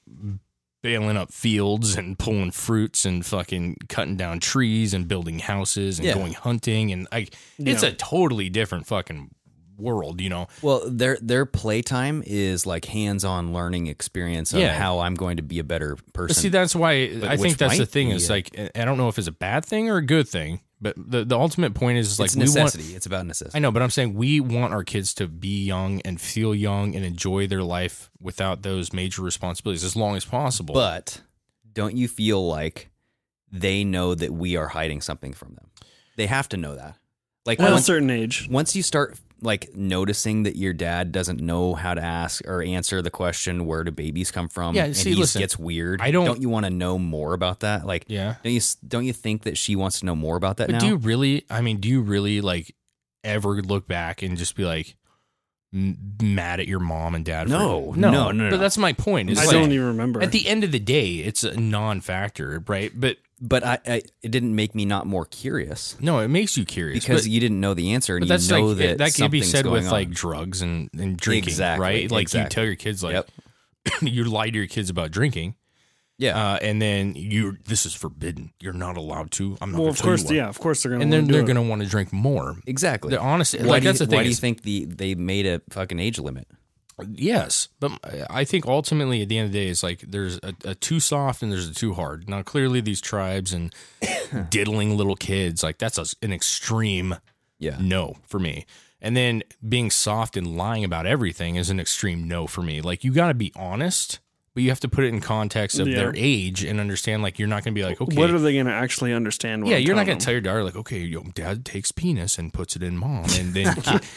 B: bailing up fields and pulling fruits and fucking cutting down trees and building houses and
D: Yeah.
B: going hunting. And like, it's
C: Yeah.
B: a totally different fucking world, you know?
D: Well, their their playtime is like hands on learning experience of
B: Yeah.
D: how I'm going to be a better person.
B: But see, that's why
D: But
B: I
D: which
B: think that's the
D: might
B: thing.
D: be
B: Is
D: a-
B: like I- I don't know if it's a bad thing or a good thing, but the, the ultimate point is, is like
D: it's
B: we
D: necessity.
B: want.
D: it's about
B: I
D: necessity.
B: know, but I'm saying we want our kids to be young and feel young and enjoy their life without those major responsibilities as long as possible.
D: But don't you feel like they know that we are hiding something from them? They have to know that. Like
C: At a
D: once,
C: certain age.
D: once you start like noticing that your dad doesn't know how to ask or answer the question where do babies come from
B: Yeah,
D: and
B: see,
D: he just
B: listen,
D: gets weird
B: I don't-
D: you want to know more about that like
B: Yeah.
D: don't you s- don't you think that she wants to know more about that
B: But
D: now
B: do you really? I mean, do you really like ever look back and just be like m- mad at your mom and dad?
D: No,
B: for,
D: no, no, no.
B: But that's my point. It's
C: I
B: like,
C: don't even remember.
B: At the end of the day, it's a non-factor, right? But
D: but I, I it didn't make me not more curious
B: no, it makes you curious
D: because
B: but-
D: you didn't know the answer and
B: But that's
D: you know
B: like
D: that
B: that could be
D: something's
B: said
D: going
B: with
D: on.
B: like drugs and, and drinking,
D: Exactly,
B: right? Like you
D: exactly.
B: tell your kids, like
D: Yep.
B: you lie to your kids about drinking,
D: yeah
B: uh, and then you this is forbidden. You're not allowed to. I'm not.
C: well,
B: gonna
C: of
B: tell you
C: course,
B: what.
C: yeah, of course they're gonna.
B: And then
C: wanna
B: they're
C: do
B: gonna want to drink more.
D: exactly
B: They're honest.
D: why
B: like
D: do you,
B: that's the thing.
D: why do you
B: is-
D: think the they made a fucking age limit
B: Yes, but I think ultimately at the end of the day, it's like there's a, a too soft and there's a too hard. Now, clearly, these tribes and diddling little kids, like that's a, an extreme
D: yeah
B: no for me. And then being soft and lying about everything is an extreme no for me. Like you got to be honest, but you have to put it in context of
C: Yeah.
B: their age and understand. Like you're not going to be like, okay,
C: it. What are they gonna actually understand? What
B: yeah,
C: I'm
B: you're not
C: telling
B: going to tell your daughter like, okay, yo, dad takes penis and puts it in mom, and then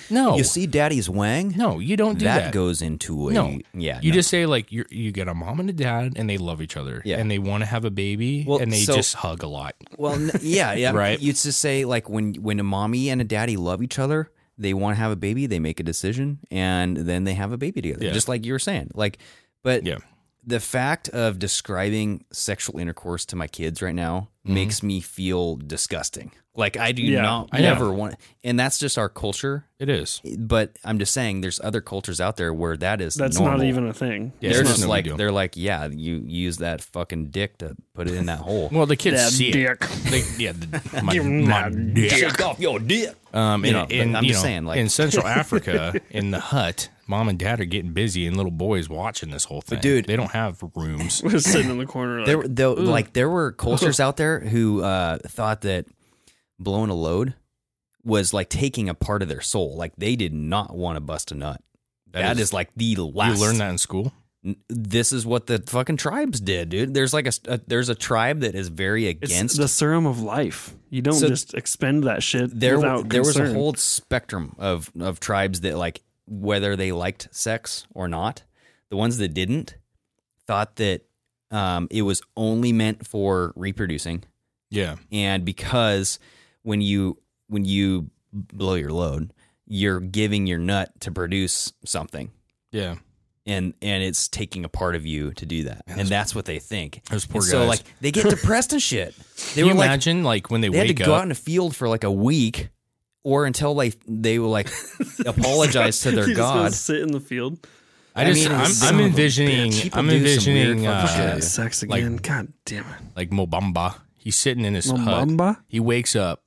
B: no,
D: you see daddy's wang
B: no, you don't do
D: that,
B: that.
D: goes into a
B: No.
D: yeah
B: You
D: no.
B: just say like you you get a mom and a dad and they love each other
D: Yeah.
B: and they want to have a baby
D: Well,
B: and they
D: so-
B: just hug a lot.
D: Well, n- yeah, yeah.
B: Right.
D: You just say like when when a mommy and a daddy love each other, they want to have a baby, they make a decision, and then they have a baby together,
B: Yeah.
D: just like you were saying. Like, but
B: Yeah.
D: the fact of describing sexual intercourse to my kids right now
B: Mm-hmm.
D: makes me feel disgusting. Like I do
C: Yeah.
D: not
B: I know.
D: ever want, and that's just our culture.
B: It is.
D: But I'm just saying, there's other cultures out there where that is
C: That's
D: normal.
C: not even a thing.
B: Yeah,
D: they're
B: it's
D: just
B: no big
D: like
B: deal.
D: they're like, yeah, you use that fucking dick to put it in that hole.
B: Well, the kids
C: That
B: see it.
C: dick.
B: They, yeah, the, my,
C: Give 'em
B: my
C: that
B: dick.
D: Shake off your dick.
B: Um,
D: You
B: and,
D: know, but
B: and,
D: I'm
B: you
D: just
B: know,
D: saying, like-
B: in Central Africa, in the hut, mom and dad are getting busy, and little boys watching this whole thing.
D: dude-
B: they don't have rooms.
C: We're sitting in the corner. Like,
D: there were though like there were cultures out there who uh, thought that blowing a load was like taking a part of their soul. Like they did not want to bust a nut. that is, like the
B: You
D: last.
B: learn that in school.
D: N- This is what the fucking tribes did, dude. There's like a, s- a- there's a tribe that is very
C: it's
D: against.
C: the serum of life. You don't
D: So-
C: just expend that shit
D: there
C: without
D: there was a
C: concern.
D: whole spectrum of of tribes that like whether they liked sex or not. The ones that didn't thought that um, it was only meant for reproducing.
B: Yeah,
D: and because when you when you blow your load you're giving your nut to produce something
B: yeah.
D: and and it's taking a part of you to do that and that's what they think
B: Those poor
D: And so
B: guys.
D: like they get depressed and shit they
B: Can
D: were
B: you
D: like
B: imagine like when they,
D: they had to
B: wake
D: go out
B: up?
D: in a field for like a week or until like they will like apologize to their
C: You're just gonna
D: god
C: sit in the field.
B: I just,
D: I mean,
B: I
D: son
B: am
D: of
B: I'm
D: a bitch.
B: envisioning,
D: People
B: I'm
D: do some weird
B: envisioning
D: fucking shit.
B: uh,
D: Yeah.
C: Sex
B: like-
C: again. God damn it.
B: like Mobamba. He's sitting in his hut.
C: Mobamba?
B: He wakes up.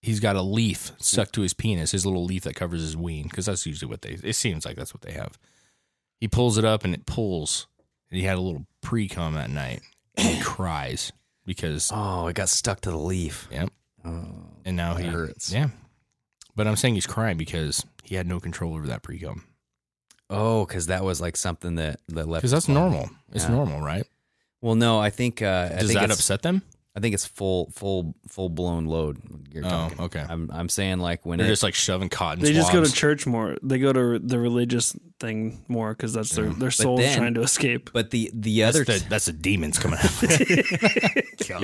B: He's got a leaf stuck to his penis, his little leaf that covers his ween, because that's usually what they. It seems like that's what they have. He pulls it up and it pulls, and he had a little pre cum that night, and he cries because
D: oh it got stuck to the leaf Oh,
B: yep, and now
D: that
B: he
D: hurts.
B: yeah. But I'm saying he's crying because he had no control over that pre cum
D: oh because that was like something that that left
B: because that's
D: his body.
B: normal. It's
D: Yeah.
B: normal, right?
D: well no i think uh I
B: Does
D: think
B: that
D: it's-
B: upset them?
D: I think it's full, full, full blown load. You're
B: Oh,
D: talking.
B: okay.
D: I'm, I'm saying like when
B: They're
D: it,
B: just like shoving cotton.
C: They just go
B: swabs.
C: to church more. They go to the religious thing more because that's their, their soul's
D: then-
C: trying to escape.
D: but the the
B: That's
D: other,
B: the,
D: t-
B: that's the demons coming out.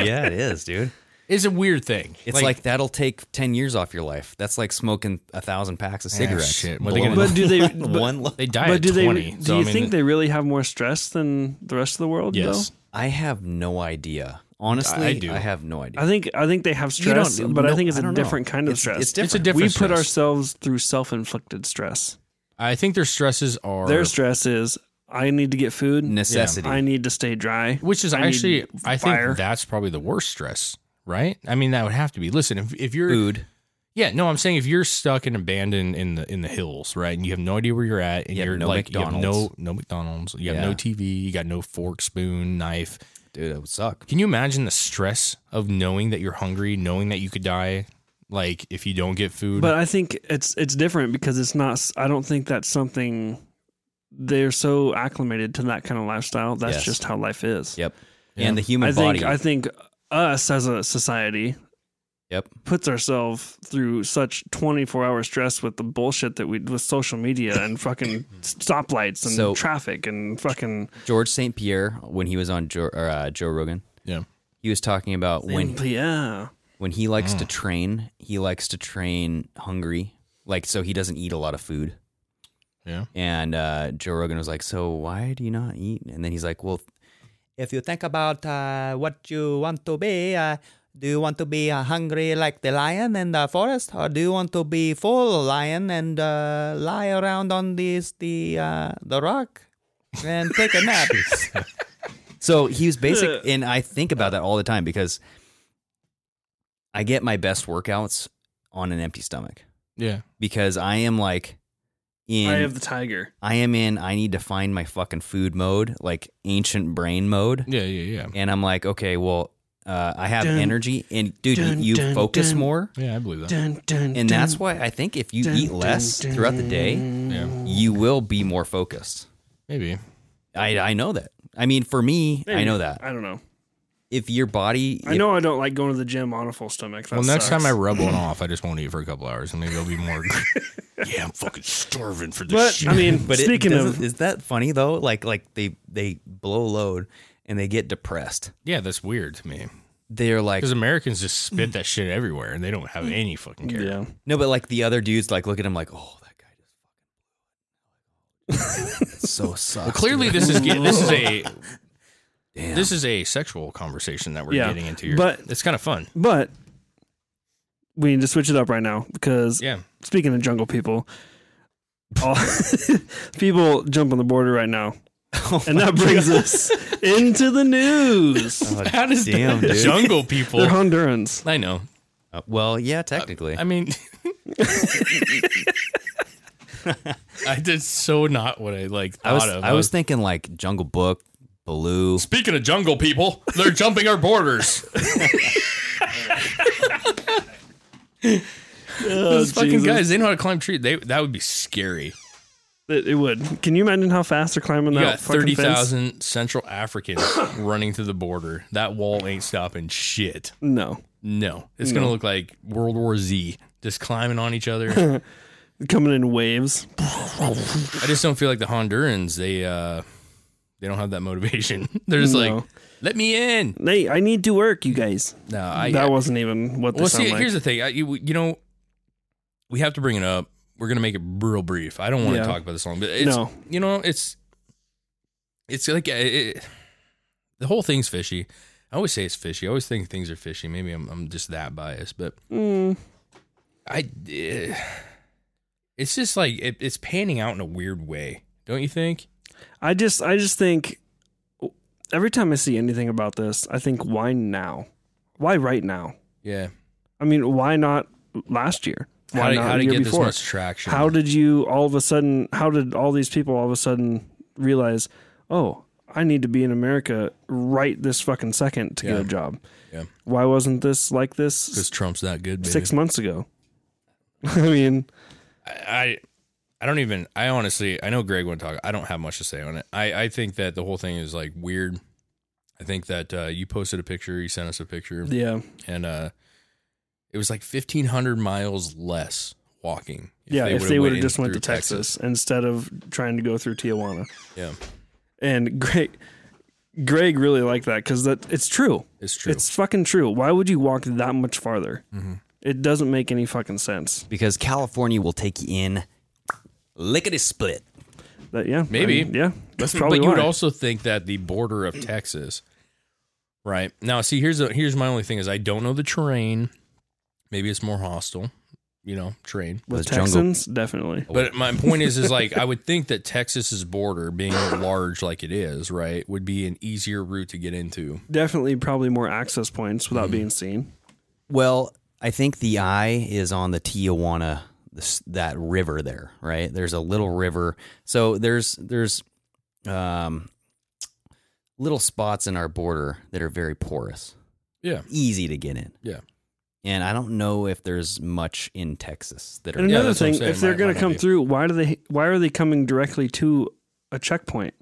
D: yeah, it is, dude.
B: it's a weird thing.
D: It's like, that'll take ten years off your life. That's like smoking a thousand packs of
B: Ah,
D: cigarettes.
B: shit. What are they
D: Blowing
B: gonna
C: But do they? but-
D: one load.
B: They die
C: But
B: at
C: do
B: 20.
C: they? Do
B: so,
C: you
B: I mean,
C: think they really have more stress than the rest of the world?
B: Yes.
D: I have no idea. Honestly,
B: I do.
D: I have no idea.
C: though? I think I think they have
D: You don't-
C: stress, but I
D: no,
C: think it's
D: I
C: a
D: don't know.
C: different kind of
D: It's-
C: stress.
D: It's different.
B: It's a different
C: we put
B: stress.
C: ourselves through self-inflicted stress.
B: I think their stresses are
C: Their stress is I need to get food,
D: necessity.
C: I need to stay dry.
B: which is
C: I need
B: actually I think
C: fire.
B: that's probably the worst stress, right? I mean, that would have to be. Listen, if, if you're
D: Food.
B: yeah, no, I'm saying if you're stuck and abandoned in the in the hills, right, and you have no idea where you're at, and
D: You have
B: are
D: no
B: like you have
D: McDonald's.
B: no no McDonald's, you have no
D: Yeah.
B: TV, you got no fork, spoon, knife.
D: Dude, that would suck.
B: Can you imagine the stress of knowing that you're hungry, knowing that you could die, like if you don't get food?
C: But I think it's it's different because it's not. s- I don't think that's something. They're so acclimated to that kind of lifestyle. That's
D: Yes.
C: just how life is.
D: Yep.
B: Yeah.
D: And the human
C: I
D: body.
C: think I think us as a society
D: Yep.
C: puts ourselves through such 24 hour stress with the bullshit that we with social media and fucking stoplights and
D: So-
C: traffic and fucking
D: George St. Pierre, when he was on Joe, or, uh, Joe Rogan,
B: Yeah.
D: he was talking about when
C: yeah
D: when he likes to train, he likes to train hungry, like so he doesn't eat a lot of food.
B: Yeah.
D: And uh, Joe Rogan was like, "So why do you not eat?" And then he's like, "Well, if you think about uh, what you want to be, uh, do you want to be uh, hungry like the lion in the forest, or do you want to be full lion and uh, lie around on this the uh, the rock and take a nap?" so he was basic, and I think about that all the time because I get my best workouts on an empty stomach
B: Yeah.
D: because I am like. In,
C: I have the tiger
D: I am in I need to find my fucking food mode, like ancient brain mode.
B: Yeah. Yeah. Yeah.
D: And I'm like, okay, well, uh, I have
C: Dun,
D: energy and dude, you-
C: dun,
D: you
C: dun,
D: focus
C: dun.
D: more.
B: Yeah. I believe that.
C: dun, dun,
D: And that's why I think if you eat less throughout the day,
B: Yeah.
D: you will be more focused.
B: Maybe.
D: I I know that. I mean, for me, I know that.
C: I don't know
D: If your body
C: I know I don't like going to the gym on a full stomach that
B: well, next
C: sucks.
B: time I rub one off, I just won't eat for a couple hours, and maybe I'll be more. yeah, I'm fucking starving for this
C: but
B: shit.
C: I mean
D: but it
C: speaking
D: doesn't-
C: of
D: is that funny though? Like like they they blow load and they get depressed.
B: yeah, that's weird to me
D: They're like
B: because Americans just spit that shit everywhere, and they don't have any fucking care.
C: yeah
D: No, but like the other dudes, like look at him, like, oh, that guy just fucking blew it. so sucks.
B: Well, clearly, this is get- this is a
D: Damn.
B: this is a sexual conversation that we're
C: Yeah,
B: getting into. Here.
C: but-
B: it's kind of fun.
C: but we need to switch it up right now because
B: Yeah,
C: speaking of jungle people all people jump on the border right now
B: Oh
C: and that brings us into the news
B: how does
D: Damn, dude.
B: jungle
C: They're
B: people?
C: Hondurans.
B: I know.
D: Uh, well, yeah, technically.
B: I mean, I did so not what I like thought
D: I was,
B: of.
D: I was thinking like Jungle Book, Baloo.
B: speaking of jungle people. They're jumping our borders. Those fucking
C: Jesus.
B: guys, they know how to climb trees. They that would be scary.
C: It, it would. Can you imagine how fast they're climbing
B: You
C: that
B: got
C: fucking
B: thirty
C: fence?
B: thousand Central Africans running to the border. That wall ain't stopping shit.
C: No,
B: No, it's gonna look like World War Z, just climbing on each other.
C: coming in waves.
B: I just don't feel like the Hondurans. They uh, they don't have that motivation. They're just like,
C: No.
B: let me in.
C: Hey, I need to work, you guys.
B: No, I.
C: that wasn't even what they
B: well,
C: sound
B: see,
C: like.
B: here's the thing. I, you, you know, we have to bring it up. We're gonna make it real brief. I don't want to
C: Yeah.
B: talk about this long, but it's,
C: No.
B: you know, it's it's like uh, it, the whole thing's fishy. I always say it's fishy. I always think things are fishy. Maybe I'm I'm just that biased, but
C: Mm,
B: I. eh, it's just like it, it's panning out in a weird way, don't you think?
C: I just, I just think every time I see anything about this, I think, why now? Why right now?
B: Yeah.
C: I mean, why not last year? Why
B: How to,
C: not
B: how
C: the
B: to
C: year
B: get
C: before?
B: this much traction?
C: How did you all of a sudden? How did all these people all of a sudden realize? Oh, I need to be in America right this fucking second to get
B: Yeah.
C: a job.
B: Yeah.
C: Why wasn't this like this
B: because Trump's that good? Baby.
C: six months ago? I mean,
B: I I don't even I honestly I know Greg wouldn't talk. I don't have much to say on it. I I think that the whole thing is like weird. I think that uh, you posted a picture, you sent us a picture,
C: yeah,
B: and uh, it was like fifteen hundred miles less walking.
C: yeah. If they would have
B: went
C: just went to
B: through
C: Texas, instead of trying to go through Tijuana,
B: yeah,
C: and Greg, Greg really liked that because that it's true.
B: it's true. Mm-hmm.
C: It's fucking true. Why would you walk that much farther? It doesn't make any fucking sense.
D: Because California will take you in lickety split.
C: That yeah, I
B: Maybe.
C: mean, yeah. That's probably
B: but you would
C: why.
B: also think that the border of Texas, right now. See, here's the, here's my only thing is I don't know the terrain. Maybe it's more hostile, you know, terrain.
C: with
D: The jungle-
C: Texans, definitely.
B: But my point is, is like I would think that Texas's border, being large like it is, right, would be an easier route to get into.
C: Definitely, probably more access points
B: Mm-hmm.
C: without being seen.
D: Well, I think the eye is on the Tijuana, this, that river there, right? There's a little river. So there's there's um, little spots in our border that are very porous,
B: Yeah,
D: easy to get in.
B: yeah,
D: And I don't know if there's much in Texas that are.
C: And
B: Yeah,
C: another
B: that's what I'm
C: thing,
B: saying.
C: if they're
B: Might-
C: going
B: might
C: to
B: not
C: come
B: be.
C: through, why do they? Why are they coming directly to a checkpoint?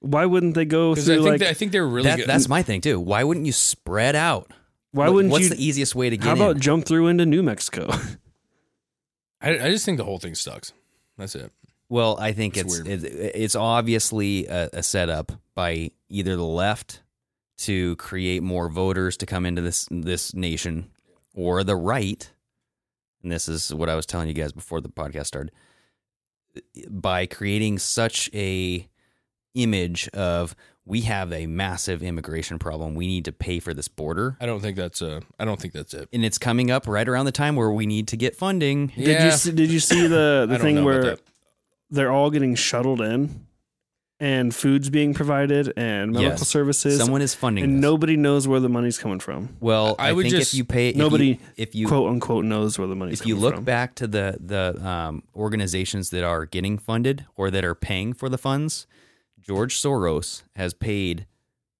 C: Why wouldn't they go
B: because I
C: through
B: think
C: like?
B: that, I think they're really
D: That,
B: good.
D: that's my thing too. Why wouldn't you spread out?
C: Why
D: What-
C: wouldn't
D: What's
C: you?
D: the easiest way to get
C: how
D: in?
C: about jump through into New Mexico?
B: I, I just think the whole thing sucks. That's it.
D: Well, I think
B: It's
D: it's it's, it, it's obviously a, a setup by either the left to create more voters to come into this this nation, or the right. And this is what I was telling you guys before the podcast started. By creating such a image of we have a massive immigration problem, we need to pay for this border,
B: I don't think that's uh I don't think that's it.
D: and it's coming up right around the time where we need to get funding.
C: Did you see, did you
B: I
C: see the the
B: don't know
C: thing
B: about
C: where
B: that.
C: they're all getting shuttled in, and food's being provided, and medical
D: Yes.
C: services,
D: Someone is funding.
C: and
D: this.
C: nobody knows where the money's coming from.
D: Well,
B: I
D: I,
B: would
D: think
B: just-
D: if you pay if you-
C: Nobody
D: if you
C: quote unquote knows where the money's
D: if
C: coming
D: you look
C: from.
D: back to the the um, organizations that are getting funded or that are paying for the funds, George Soros has paid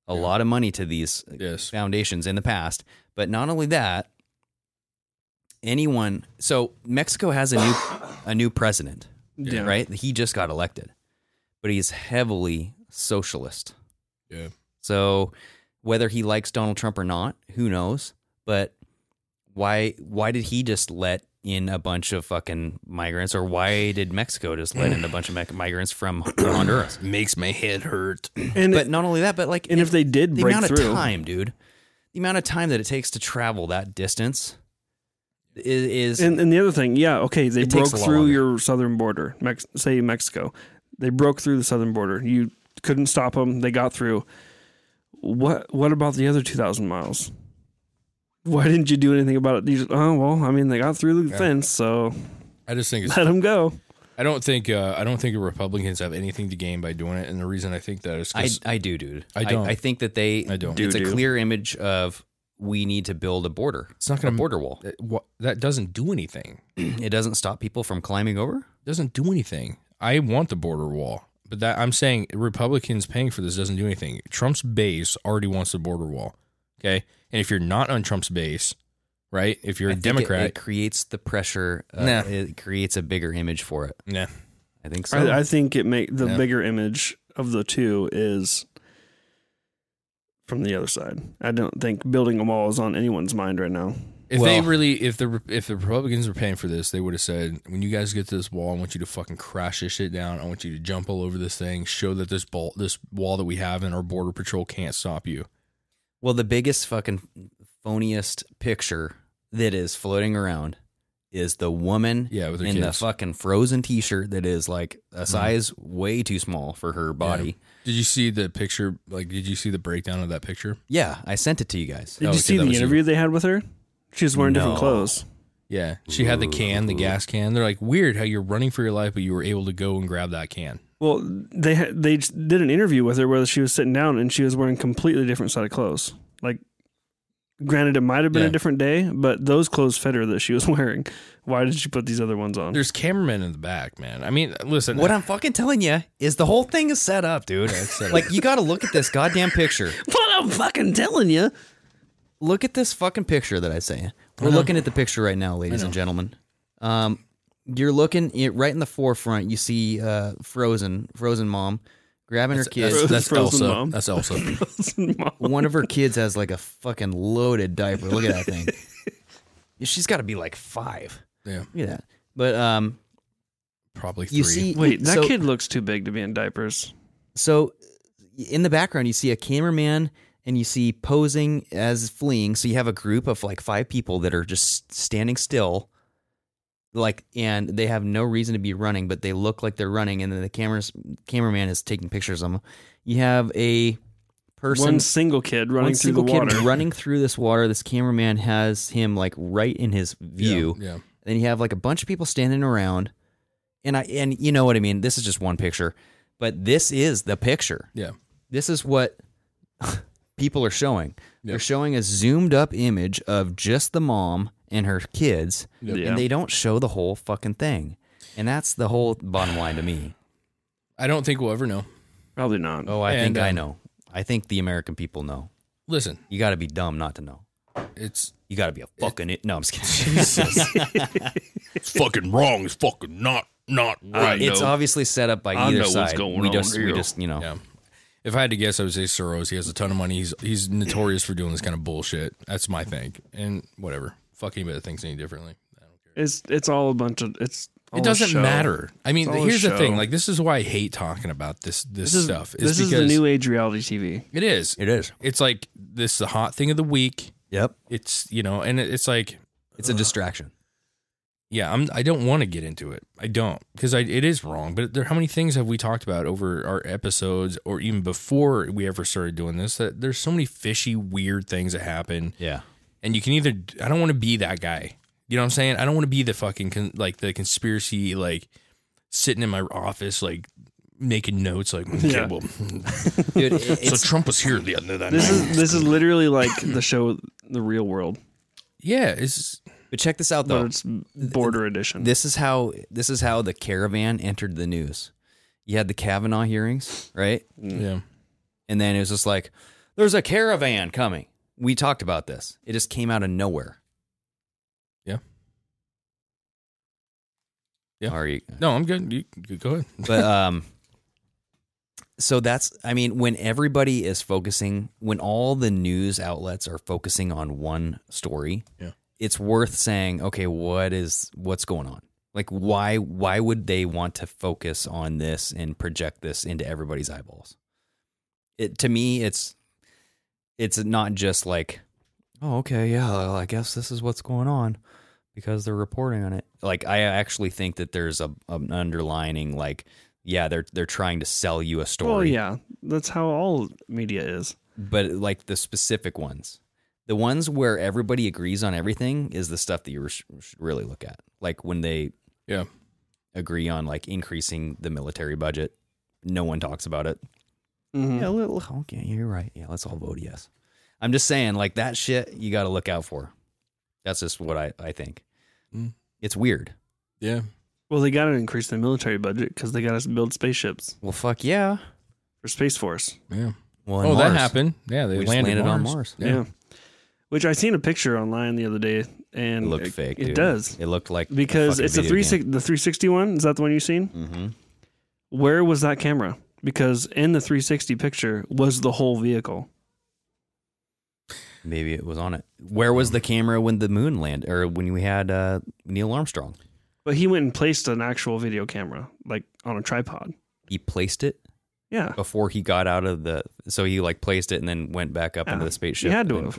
D: a lot of money to these uh,
B: Yes.
D: foundations in the past. But not only that, anyone. So Mexico has a new a new president,
C: Yeah.
D: right? He just got elected, but he's heavily socialist.
B: Yeah.
D: So whether he likes Donald Trump or not, who knows? But why why did he just let in a bunch of fucking migrants or why did Mexico just let in a bunch of mi- migrants from Honduras?
B: Makes my head hurt.
C: and
D: But not only that, but like
C: and if they did
D: the
C: break
D: amount
C: through,
D: of time, dude, the amount of time that it takes to travel that distance i- is, is
C: And, and the other thing, yeah, okay, they
D: It
C: broke
D: takes a lot
C: through
D: longer.
C: your southern border, Mex- say Mexico. They broke through the southern border. You couldn't stop them. They got through. What What about the other two thousand miles? Why didn't you do anything about it? You just, oh well, I mean, they got through the fence, so
B: I just think it's
C: let them go.
B: I don't think uh, I don't think Republicans have anything to gain by doing it, and the reason I think that is
D: I,
B: 'cause-
D: I do, dude.
B: I don't.
D: I, think that they
B: I don't.
D: it's
C: Do-do.
D: a clear image of we need to build a border.
B: it's not going
D: a
B: to
D: border wall.
B: That, what, that doesn't do anything.
D: It doesn't stop people from climbing over.
B: doesn't do anything. I want the border wall, but that I'm saying Republicans paying for this doesn't do anything. Trump's base already wants the border wall. Okay, and if you're not on Trump's base, right? If you're a
D: I think it-
B: Democrat,
D: It, creates the pressure. Uh,
B: Nah.
D: It creates a bigger image for it.
B: nah.
D: I think so.
C: I, I think it make the
B: Yeah.
C: bigger image of the two is from the other side. I don't think building a wall is on anyone's mind right now.
B: If
D: Well-
B: they really, if the if the Republicans were paying for this, they would have said, "When you guys get to this wall, I want you to fucking crash this shit down. I want you to jump all over this thing, show that this ball, this wall that we have and our border patrol can't stop you."
D: well, the biggest fucking phoniest picture that is floating around is the woman
B: Yeah, with her
D: in the
B: kids. Mm-hmm.
D: fucking frozen t-shirt that is like a size way too small for her body.
B: Did you see the picture? Like, did you see the breakdown of that picture?
D: Yeah, I sent it to you guys.
C: Did
B: Oh,
C: you
B: okay,
C: see
B: that
C: the
B: was you.
C: interview they had with her? She was wearing different
D: No.
C: clothes.
B: Yeah, she had the can, the gas can. They're like, "Weird how you're running for your life, but you were able to go and grab that can."
C: Well, they ha- they j- did an interview with her where she was sitting down and she was wearing completely different set of clothes. Like, granted, it might have been
B: Yeah.
C: a different day, but those clothes fit her that she was wearing. Why did she put these other ones on?
B: There's cameramen in the back, man. I mean, listen,
D: What I'm fucking telling you is the whole thing is set up, dude.
B: set
D: like you got to look at this goddamn picture.
C: What I'm fucking telling you.
D: look at this fucking picture that I sent you. We're looking at the picture right now, ladies and gentlemen. Um, you're looking it, right in the forefront. You see uh, Frozen, Frozen mom, grabbing her kids.
B: that's, that's
C: Frozen
B: Elsa.
C: mom.
B: That's Elsa.
D: One of her kids has like a fucking loaded diaper. Look at that thing. She's got to be like five.
B: yeah,
D: Look at that. But um,
B: probably three.
D: you see,
C: Wait, that
D: so-
C: kid looks too big to be in diapers.
D: So in the background, you see a cameraman and you see posing as fleeing. So you have a group of like five people that are just standing still, like, and they have no reason to be running, but they look like they're running. And then the cameras, cameraman is taking pictures of them. You have a person,
C: One single kid running
D: one
C: through
D: single
C: the
D: kid
C: water.
D: running through this water. This cameraman has him like right in his
B: Yeah,
D: view.
B: Yeah,
D: Then you have like a bunch of people standing around. And I and you know what I mean. This is just one picture, but this is the picture
B: yeah,
D: this is what people are showing. They're
B: Yep.
D: showing a zoomed up image of just the mom and her kids,
C: Yeah.
D: and they don't show the whole fucking thing. And that's the whole bottom line to me.
B: I don't think we'll ever know.
C: Probably not.
D: Oh, I
B: And,
D: think I
B: um,
D: know. I think the American people know.
B: Listen,
D: You got to be dumb not to know.
B: it's
D: You got to be a fucking it. No, I'm just kidding.
A: It's fucking wrong. It's fucking not not right.
D: it's obviously set up by
A: I
D: either
A: know what's
D: side.
A: going
D: we
A: on
D: just, we
A: here.
D: just, you know,
B: yeah. If I had to guess, I would say Soros. He has a ton of money. He's he's notorious for doing this kind of bullshit. That's my thing. And whatever. Fuck anybody that thinks any differently.
C: It's it's all a bunch of it's. all a
B: It doesn't
C: show.
B: matter. I mean,
C: It's all a
B: here's the
C: show.
B: thing. Like, this is why I hate talking about this this,
C: This is
B: stuff.
C: this is the new age reality TV.
B: It is.
D: It is.
B: It's like this is the hot thing of the week.
D: Yep.
B: It's you know, and it- it's like
D: It's a distraction.
B: yeah, I'm I don't want to get into it. I don't because I it is wrong. But there, how many things have we talked about over our episodes or even before we ever started doing this? That there's so many fishy, weird things that happen,
D: Yeah.
B: and you can either I don't want to be that guy. You know what I'm saying? I don't want to be the fucking con, like the conspiracy like sitting in my office like making notes like okay,
C: Yeah.
B: well,
D: Dude, it-
B: so
D: it's,
B: Trump was here the other night.
C: This is this is literally like the show, the real world,
B: yeah, it's
D: but check this out
C: but
D: though.
C: it's border edition.
D: This is how this is how the caravan entered the news. You had the Kavanaugh hearings, right?
B: yeah.
D: And then it was just like, there's a caravan coming. We talked about this. It just came out of nowhere.
B: Yeah. Yeah.
D: Are you
B: No, I'm good. You, you go ahead.
D: but um so that's i mean when everybody is focusing when all the news outlets are focusing on one story
B: Yeah.
D: it's worth saying okay what is what's going on like why why would they want to focus on this and project this into everybody's eyeballs it to me it's it's not just like oh okay yeah well, i guess this is what's going on because they're reporting on it like i actually think that there's a an underlining like yeah they're they're trying to sell you a story
C: well, yeah, that's how all media is.
D: but like the specific ones the ones where everybody agrees on everything is the stuff that you sh- should really look at like when they
B: Yeah.
D: agree on like increasing the military budget no one talks about it
C: Mhm.
D: yeah well, okay you're right yeah let's all vote yes i'm just saying like that shit you got to look out for that's just what i, I think
C: Hmm.
B: Mm.
D: it's weird
B: Yeah.
C: Well, they got to increase the military budget because they got us to build spaceships
D: well fuck yeah
C: for Space Force.
B: Yeah.
D: well
B: Oh, that
D: Mars.
B: happened. Yeah, they
D: We just
B: landed,
D: landed on
B: Mars.
D: Mars.
C: Yeah. Which I seen a picture online the other day, and
D: it looked fake
C: It
D: dude.
C: does
D: it looked like
C: because it's a three the three sixty one. Is that the one you seen?
D: mm-hmm.
C: Where was that camera? Because in the three sixty picture was the whole vehicle.
D: Maybe it was on it. Where was the camera when the moon landed, or when we had uh, Neil Armstrong?
C: But he went and placed an actual video camera, like on a tripod.
D: He placed it
C: Yeah,
D: before he got out of the. So he like placed it and then went back up
C: Yeah.
D: into the spaceship.
C: had to
D: and
C: have.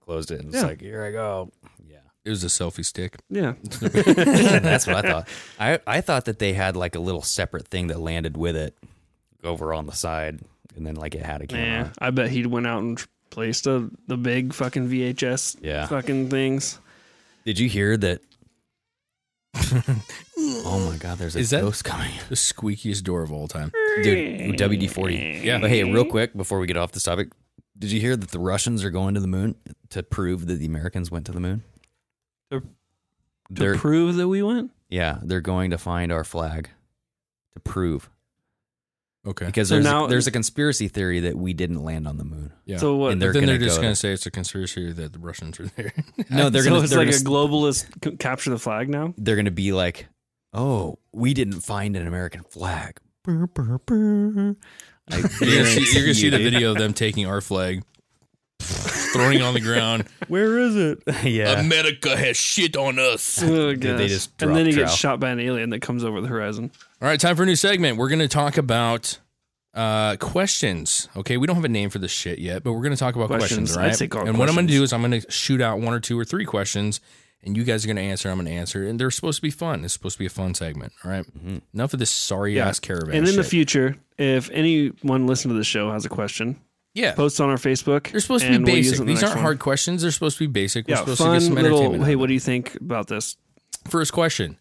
D: closed it and
C: Yeah.
D: it's like here I go. Yeah,
B: It was a selfie stick.
C: yeah.
D: that's what I thought. I I thought that they had like a little separate thing that landed with it over on the side, and then like it had a camera.
C: Man, I bet he went out and tr- placed a, the big fucking VHS
D: Yeah.
C: fucking things.
D: Did you hear that? oh my God! There's a
B: Is that-
D: ghost coming.
B: The squeakiest door of all time.
D: dude wd 40
B: Yeah.
D: but hey real quick before we get off this topic did you hear that the russians are going to the moon to prove that the americans went to the moon
C: To- to
D: they're
C: prove that we went.
D: yeah they're going to find our flag to prove
B: Okay.
D: because
C: So
D: there's,
C: now-
D: a, there's a conspiracy theory that we didn't land on the moon
B: Yeah.
C: So what?
D: And
B: But
D: they're
B: then they're
D: gonna
B: just
D: go
B: going
D: there.
B: to say it's a conspiracy that the Russians are there.
D: no they're
C: so
D: gonna
C: it's
D: they're
C: like
D: gonna,
C: a globalist c- capture the flag now.
D: they're gonna be like oh we didn't find an american flag Brr, brr, brr. I
B: you're going to see, you're gonna see the
D: guarantee you,
B: video of them taking our flag, throwing it on the ground.
C: Where is it?
D: dude. yeah
A: America has shit on us.
C: Oh,
D: Did they
C: gosh.
D: just
C: and then
D: drop
C: he
D: trowel?
C: gets shot by an alien that comes over the horizon.
B: All right, time for a new segment. We're going to talk about uh, questions. Okay, we don't have a name for this shit yet, but we're going to talk about questions,
C: Questions.
B: right?
C: I'd say call it
B: and what I'm going to
C: questions.
B: do is I'm going to shoot out one or two or three questions, and you guys are going to answer. I'm going to answer, and they're supposed to be fun. It's supposed to be a fun segment. All right? enough of this sorry ass caravan.
C: Mm-hmm. and in the
B: shit.
C: future, if anyone listening to the show has a question,
B: yeah,
C: post it on our Facebook.
B: they're supposed to be
C: and we'll use
B: basic.
C: it in the
B: These
C: next
B: aren't
C: one.
B: hard questions. They're supposed to be basic. We're
C: Yeah,
B: supposed to get
C: fun
B: some
C: little.
B: entertainment.
C: Hey,
B: out
C: what
B: of
C: do you think about this?
B: it. First question: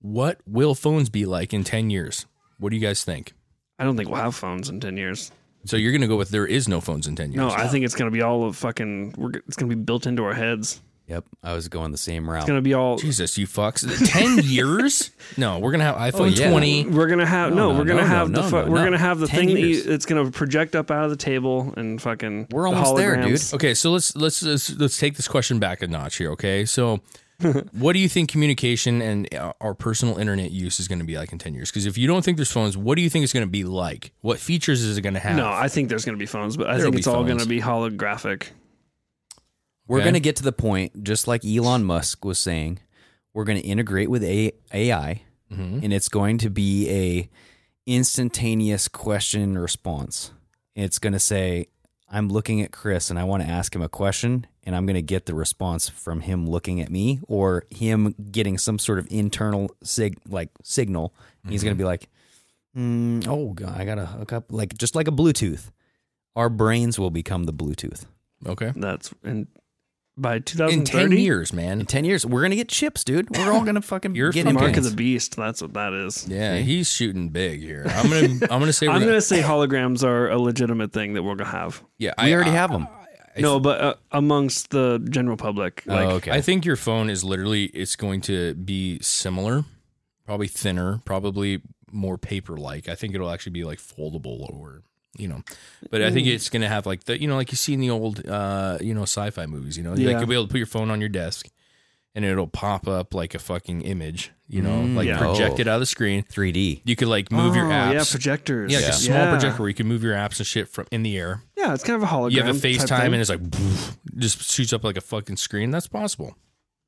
B: What will phones be like in ten years? What do you guys think?
C: I don't think we'll have phones in ten years.
B: So you're going to go with there is no phones in ten years.
C: No, I think it's gonna be all of fucking. We're, g- it's gonna be built into our heads.
D: yep i was going the same route
C: It's gonna be all.
B: Jesus, you fucks. 10 years? No, we're going to have
C: Oh,
B: iPhone
D: yeah.
B: 20.
C: We're gonna have
D: No,
C: no.
D: no,
C: we're gonna
D: no,
C: have
D: no,
C: the.
D: no,
C: fu-
D: no,
C: we're
D: no.
C: gonna have the
D: 10
C: thing that
D: years.
C: you, it's gonna project up out of the table and fucking.
D: We're
C: the
D: almost there, dude.
C: holograms.
B: Okay, so let's let's let's let's take this question back a notch here, okay? So What do you think communication and uh, our personal internet use is going to be like in 10 years? Because if you don't think there's phones, what do you think it's going to be like? What features is it going to have?
C: No, I think there's going to be phones, but I
B: There'll
C: think
B: be
C: it's all going
B: phones.
C: to be holographic.
D: We're
B: Okay.
D: going to get to the point, just like Elon Musk was saying, we're going to integrate with A- AI, and it's going to be a instantaneous question and response. It's going to say, "I'm looking at Chris, and I want to ask him a question, and I'm going to get the response from him looking at me, or him getting some sort of internal sig like signal. He's going to be like, mm, "Oh, God, I got to hook up," like just like a Bluetooth. Our brains will become the Bluetooth.
B: Okay.
C: That's and by
B: In 10
C: 2030,
B: years, man.
D: In 10 years, we're going to get chips, dude. We're all going to fucking
B: You're
D: get
B: fucking-
C: Mark
D: implants.
C: of the Beast. That's what that is.
B: Yeah, he's shooting big here. I'm going to I'm going to say we're
C: I'm
B: gonna-
C: going to say holograms are a legitimate thing that we're going to have.
B: Yeah,
D: We already have 'em.
B: I-
C: no, but uh, amongst the general public, like
D: oh, okay.
B: I think your phone is literally it's going to be similar, probably thinner, probably more paper like. I think it'll actually be like foldable or you know, but I
C: Mm.
B: think it's gonna have like the you know like you see in the old uh you know sci-fi movies. You know, like
C: Yeah.
B: you'll be able to put your phone on your desk. And it'll pop up like a fucking image, you know,
D: Mm,
B: like
C: yeah.
B: projected out of the screen.
D: 3D.
B: You could like move your
C: Oh, yeah,
B: apps.
C: projectors,
B: Yeah, like a small projector where you can move your apps and shit from in the air.
C: Yeah, it's kind of a hologram.
B: You have a
C: type
B: FaceTime
C: thing.
B: and it's like poof, just shoots up like a fucking screen. That's possible.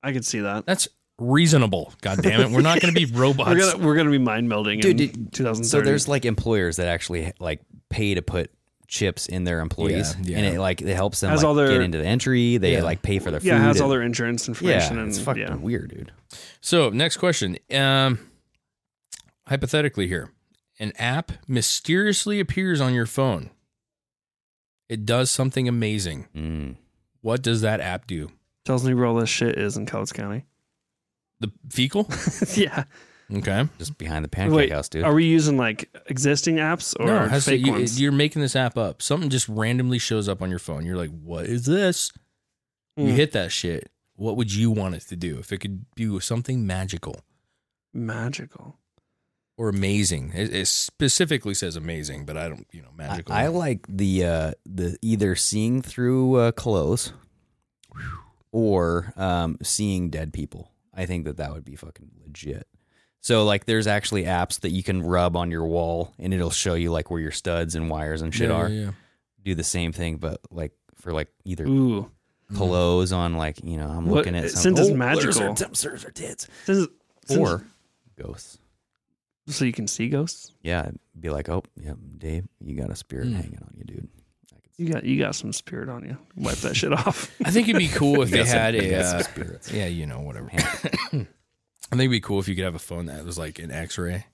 C: I could see that.
B: That's reasonable. God damn it. We're not going to be
C: We're
B: robots.
C: gonna we're gonna be mind melding,
D: Dude,
C: in
D: did-
C: 2030.
D: So there's like employers that actually like pay to put chips in their employees
B: Yeah, yeah.
D: and it like it helps them
C: Has
D: like,
C: all their-
D: get into the entry. They
B: Yeah.
D: like pay for their
C: yeah, it
D: food.
C: has all
D: and-
C: their insurance information
D: yeah,
C: and
D: it's fucking
C: yeah.
D: weird, dude.
B: So, next question. Um, hypothetically, here, an app mysteriously appears on your phone. It does something amazing.
D: Mm.
B: What does that app do?
C: tells me where all this shit is in Cowlitz County.
B: The fecal?
C: yeah,
B: Okay.
D: Just behind the pancake
C: Wait,
D: house, dude.
C: are we using like existing apps or
B: no, it has to-
C: fake
B: you,
C: ones?
B: you're making this app up. Something just randomly shows up on your phone. You're like, what is this? You
C: Mm.
B: hit that shit. What would you want it to do if it could do something magical?
C: Magical.
B: or amazing. It, it specifically says amazing, but I don't, you know,
D: I,
B: magical.
D: I like the uh the either seeing through uh, clothes or um seeing dead people. I think that that would be fucking legit. So like there's actually apps that you can rub on your wall and it'll show you like where your studs and wires and shit
B: Yeah,
D: are.
B: yeah, yeah.
D: Do the same thing but like for like either
C: Ooh,
D: clothes on like, you know, I'm
C: What-
D: looking at
B: uh,
C: since
D: something.
C: it's
D: Oh, there's
C: magical.
D: her- some- there's her tits.
C: This is- since-
D: Or ghosts.
C: so you can see ghosts.
D: Yeah, it'd be like, "Oh, yeah, Dave, you got a spirit
B: Hmm.
D: hanging on you, dude." I could
C: You got you got some spirit on you. Wipe that shit off.
B: I think it'd be cool if
D: You
B: they
D: got some-
B: had
D: you
B: a.
D: got some
B: Uh,
D: spirits.
B: yeah, you know, whatever. I think it'd be cool if you could have a phone that was like an X-ray.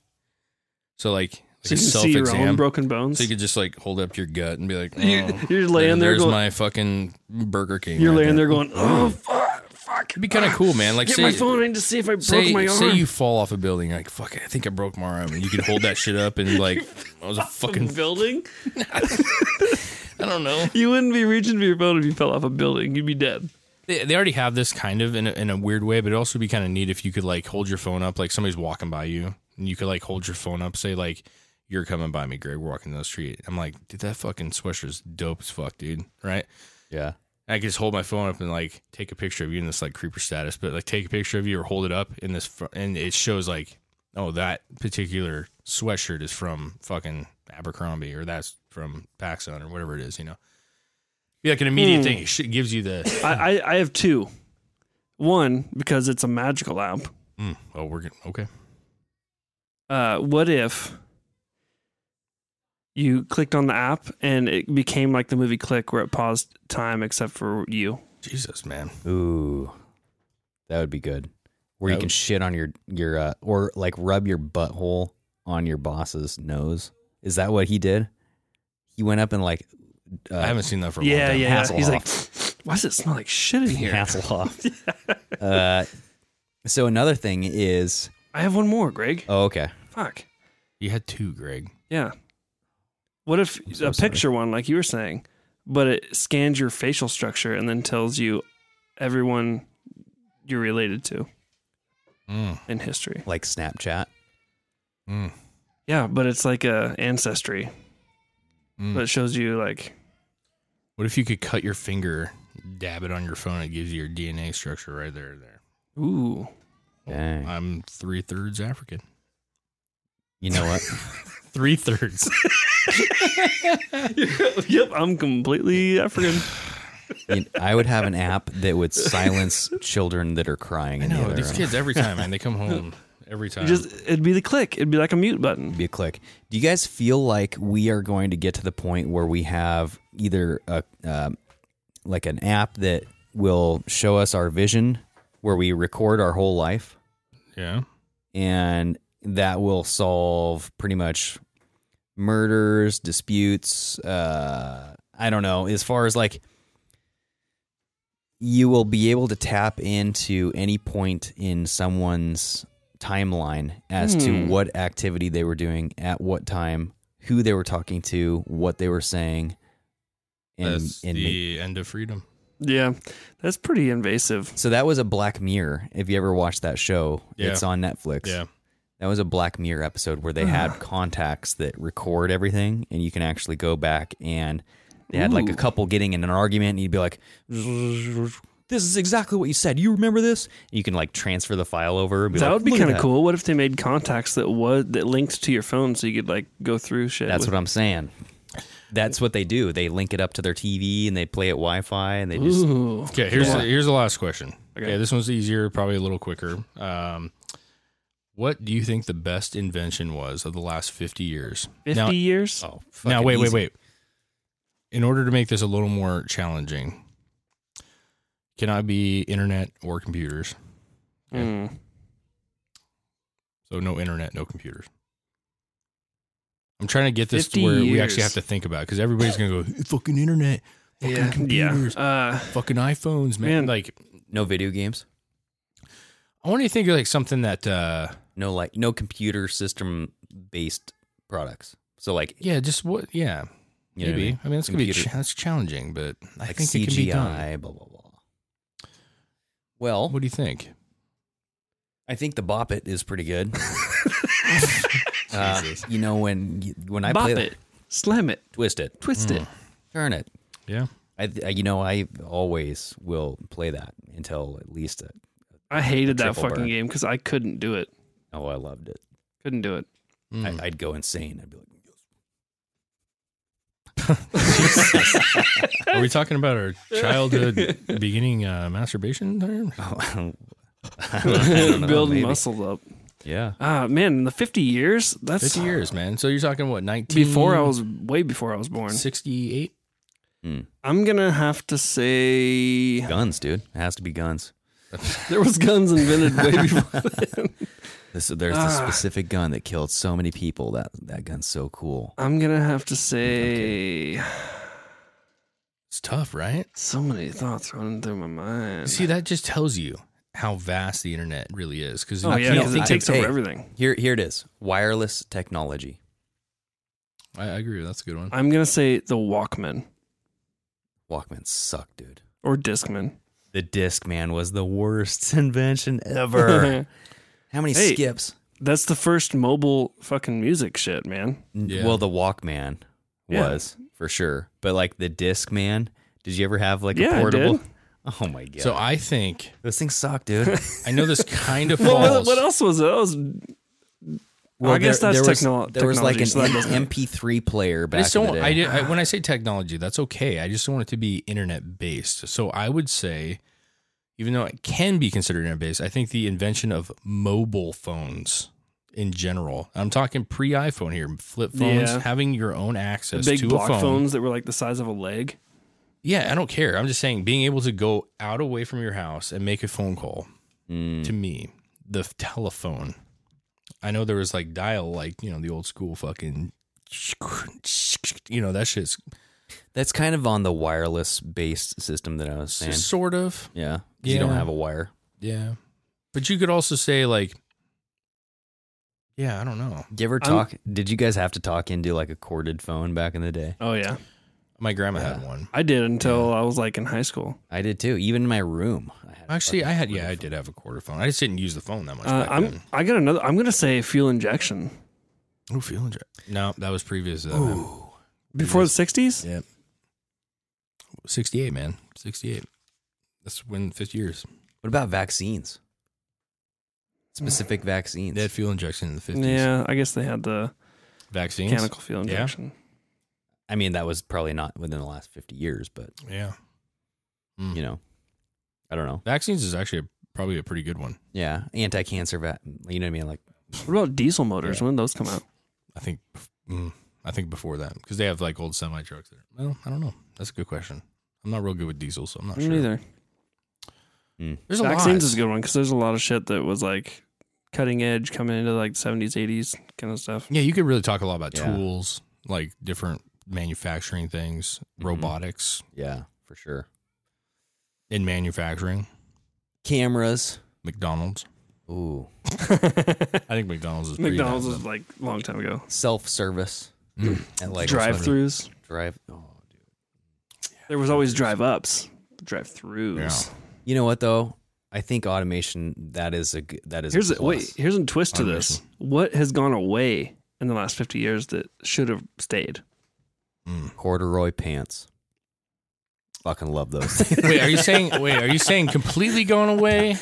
B: So like, like
C: So
B: a
C: you can see your own
B: self-exam.
C: broken bones.
B: so you could just like hold up your gut and be like, oh,
C: You- you're laying there
B: There's
C: going-
B: my fucking Burger King.
C: You're
B: right
C: laying there going, oh fuck, fuck.
B: It'd be kind of cool, man. Like,
C: Get
B: say,
C: my phone. I need to see if I broke
B: say,
C: my arm.
B: say you fall off a building, like, fuck it, I think I broke my arm. And you could hold that shit up and like, I was a fucking,
C: building.
B: I don't know.
C: You wouldn't be reaching for your phone if you fell off a building. You'd be dead.
B: they, they already have this kind of in a, in a weird way, but it'd also be kind of neat if you could like hold your phone up, like somebody's walking by you, and you could like hold your phone up, say like, "You're coming by me, Greg. We're walking down the street." I'm like, dude, that fucking swisher's dope as fuck, dude. Right?
D: Yeah.
B: And I could just hold my phone up and like take a picture of you in this like creeper status, but like take a picture of you or hold it up in this, fr- and it shows like, oh, that particular sweatshirt is from fucking Abercrombie or that's from Paxson or whatever it is, you know. Be like an immediate thing. It sh- gives you the
C: I, I, I have two. One because it's a magical app.
B: Mm, oh, we're getting okay.
C: Uh, what if you clicked on the app and it became like the movie Click, where it paused time except for you?
B: Jesus, man.
D: Ooh, that would be good. Where
B: That
D: you can
B: would-
D: shit on your your uh, or like rub your butthole on your boss's nose. Is that what he did? He went up and like uh,
B: I haven't seen that for a long
C: Yeah, yeah.
B: time.
D: Hasselhoff.
C: yeah. He's like, why does it smell like shit in here?
D: Hasselhoff. uh, so another thing is,
C: I have one more, Greg.
D: oh okay,
C: Fuck.
B: You had two, Greg.
C: Yeah. What if
D: so sorry.
C: a picture one, like you were saying, but it scans your facial structure and then tells you everyone you're related to
B: Mm,
C: in history?
D: like Snapchat.
B: mm,
C: Yeah, but it's like a ancestry.
B: mm.
C: But it shows you like
B: What if you could cut your finger, dab it on your phone, it gives you your DNA structure right there? There.
C: Ooh.
D: Dang.
B: I'm three thirds African.
D: You know what?
B: Three thirds.
C: Yep, I'm completely African.
D: You- I would have an app that would silence children that are crying in the
B: no,
D: other
B: these
D: room.
B: kids every time, man. They come home every time.
C: Just it'd be the click. It'd be like a mute button.
D: be a click. Do you guys feel like we are going to get to the point where we have either a um like an app that will show us our vision, where we record our whole life,
B: yeah.
D: and that will solve pretty much murders, disputes. Uh, I don't know. As far as like, you will be able to tap into any point in someone's timeline as
B: Hmm.
D: to what activity they were doing at what time, who they were talking to, what they were saying, and,
B: That's
D: and make-
B: the end of freedom.
C: Yeah, that's pretty invasive.
D: so that was a Black Mirror. If you ever watched that show,
B: Yeah.
D: it's on Netflix.
B: Yeah.
D: That was a Black Mirror episode where they had contacts that record everything, and you can actually go back and they had like a
C: Ooh.
D: couple getting in an argument, and you'd be like, "This is exactly what you said. You remember this?" And you can like transfer the file over. And be
C: that
D: like,
C: would be
D: "Look at
C: kind of
D: that."
C: cool. What if they made contacts that was that linked to your phone so you could like go through shit?
D: That's
C: with-
D: what I'm saying. That's what they do. They link it up to their TV and they play it Wi-Fi, and they just
C: Ooh.
B: Okay, here's the, here's the last question.
C: Okay.
B: Okay. this one's easier, probably a little quicker. Um, what do you think the best invention was of the last fifty years?
C: 50
B: Now-
C: years?
D: oh,
B: now
D: fucking
B: wait, wait,
D: easy.
B: wait. In order to make this a little more challenging, cannot be internet or computers.
D: uh,
C: Mm.
B: So no internet, no computers. I'm trying to get this to
C: 50
B: where we
C: years.
B: actually have to think about because everybody's gonna go fucking internet, fucking
C: Yeah.
B: computers,
C: Yeah. Uh,
B: fucking iPhones,
C: Man.
B: man. Like
D: No video games.
B: I want you to think of like something that uh
D: No like no computer system based products. So like
B: yeah, just what yeah.
D: you know what I
B: Maybe.
D: mean?
B: I mean, that's gonna be
D: Computer-
B: cha- that's challenging, but I
D: like
B: think
D: CGI,
B: it can be done.
D: blah blah blah. Well,
B: What do you think?
D: I think the Bop It is pretty good. Uh, you know when you- when I
C: bop
D: play Mm.
C: it, slam it,
D: twist it,
C: twist it.
D: turn it.
B: Yeah,
D: I, th- I you know I always will play that until at least uh
C: I hated that
D: Triple
C: fucking
D: burn.
C: game because I couldn't do it.
D: oh I loved it.
C: Couldn't do it.
B: Hmm.
D: I, I'd go insane. I'd be like,
B: are we talking about our childhood beginning uh, masturbation? There?
D: oh, I don't- I don't know,
C: Building
D: maybe.
C: muscles up.
D: Yeah,
C: Ah, man, in the 50 years? That's
B: Fifty years, man. So you're talking what nineteen
C: before I was, way before I was born.
B: sixty eight.
C: I'm going to have to say
D: guns, dude. It has to be guns.
C: there was guns invented way before then.
D: This, there's this
B: Ah.
D: specific gun that killed so many people. That that gun's so cool.
C: I'm going to have to say
B: It's tough, right?
C: so many thoughts running through my mind.
B: See, that just tells you how vast the internet really is. Because
C: oh, yeah,
D: can't-
C: because
D: I-
C: it takes over
D: hey.
C: everything.
D: Here here it is. Wireless technology.
B: I, I agree. That's a good one.
C: I'm going to say the Walkman
D: Walkman suck, dude.
C: or Discman.
D: The disc man was the worst invention ever. How many
C: Hey.
D: skips?
C: That's the first mobile fucking music shit, man.
D: N-
B: Yeah.
D: Well, the Walkman
C: Yeah.
D: was for sure, but like the disc man. Did you ever have like
C: Yeah,
D: a
C: I
D: portable?
C: did.
D: Oh my god!
B: So I think
D: those things suck, dude.
B: I know this kind of
C: Well, what,
B: falls.
C: what else was it? That was I guess that's
D: was,
C: technol-
D: There was like
C: technology,
D: an
C: so that doesn't-
D: MP3 player
B: I
D: back
B: just
D: in
B: don't.
D: the
B: want-
D: day.
B: I, did, I when I say technology, that's okay. I just don't want it to be internet based. So I would say, even though it can be considered internet based, I think the invention of mobile phones in general. I'm talking pre iPhone here, flip phones,
C: Yeah.
B: having your own
C: The
B: access
C: big
B: to
C: block
B: a phone.
C: phones that were like the size of a leg.
B: Yeah, I don't care. I'm just saying being able to go out away from your house and make a phone call
D: Mm.
B: to me, the f- telephone. I know there was like dial, like, you know, the old school fucking, you know, that shit's
D: That's kind of on the wireless based system that I was saying.
B: sort of.
D: yeah, 'cause you don't
B: Yeah.
D: have a wire.
B: Yeah. But you could also say, like, yeah, I don't know.
D: You ever
C: I'm-
D: talk? did you guys have to talk into like a corded phone back in the day?
C: Oh yeah,
B: My grandma had one.
C: I did until I was like in high school.
D: I did too. Even in my room, I had a
B: Actually, I
D: fucking
B: had,
D: corded
B: yeah, I
D: phone.
B: did have a quarter phone. I just didn't use the phone that much.
C: Uh,
B: back
C: I'm
B: then.
C: I got another. I'm gonna say fuel injection
B: Ooh, feeling dry. No, that was previous. to that, man.
C: before the '60s.
B: Yep. 68, man. 68. That's when 50 years.
D: What about vaccines? specific vaccines.
B: They had fuel injection in the 50s.
C: Yeah, I guess they had the
B: Vaccines.
C: mechanical field
B: Yeah.
C: injection.
D: I mean, that was probably not within the last 50 years, but
B: Yeah. Mm.
D: you know, I don't know.
B: Vaccines is actually a, probably a pretty good one.
D: Yeah, anti-cancer vac. You know what I mean? Like,
C: What about diesel motors? When did those come out?
B: I think mm, I think before that because they have like old semi trucks there. Well, I don't know. That's a good question. I'm not real good with diesel, so I'm not
C: Me
B: sure.
C: Neither.
B: There's a lot.
C: Vaccines is a good one because there's a lot of shit that was like cutting edge coming into like 70s, 80s kind of stuff.
B: Yeah, you could really talk a lot about
D: Yeah.
B: tools, like different manufacturing things,
D: Mhm.
B: robotics
D: yeah, for sure.
B: in manufacturing.
D: Cameras.
B: McDonald's.
D: Ooh,
B: I think McDonald's is pretty
C: McDonald's
B: bad,
C: was like a long time ago.
D: self-service and like
C: drive throughs.
D: Drive. Oh, dude.
C: There was always drive ups, drive throughs.
B: Yeah.
D: You know what though? I think automation. That is a. g- That is.
C: Here's
D: a
C: a, wait.
D: plus.
C: Here's a twist to this. What has gone away in the last 50 years that should have stayed?
D: corduroy pants. Fucking love those.
B: though. wait, are you saying? Wait, are you saying completely going away?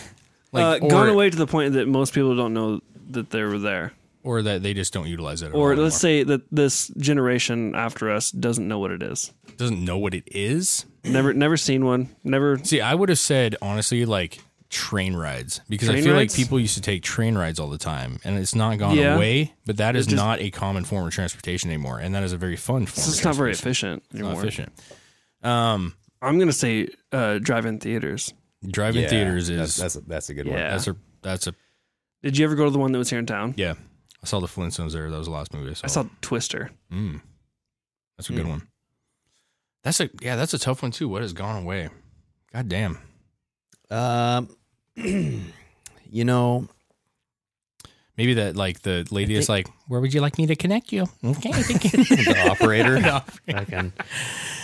B: Like
C: uh,
B: or,
C: gone away to the point that most people don't know that they were there.
B: or that they just don't utilize it, at
C: Or
B: all
C: let's say that this generation after us doesn't know what it is.
B: anymore. doesn't know what it is.
C: Never, never seen one. Never.
B: See, I would have said honestly, like train rides, because I
C: Train
B: feel
C: rides?
B: like people used to take train rides all the time, and it's not gone
C: Yeah.
B: away. But that is
C: just-
B: not a common form of transportation anymore, and that is a very fun form.
C: It's
B: of
C: just not very
B: transportation.
C: efficient anymore.
B: Not efficient. Um,
C: I'm gonna say uh, drive-in theaters.
B: drive-in
D: Yeah,
B: theaters is
D: that's
B: that's,
D: that's a, that's a good
C: Yeah.
B: a
D: one.
B: that's a
C: Did you ever go to the one that was here in town?
B: yeah. I saw the Flintstones there. That was the last movie I saw.
C: I saw Twister.
B: Mm. That's a
D: Hmm.
B: good one. That's a yeah. That's a tough one too. What has gone away? God damn.
D: Um, you know,
B: Maybe that like the lady is like, where would you like me to connect you? Okay, I think
D: the operator. Fucking-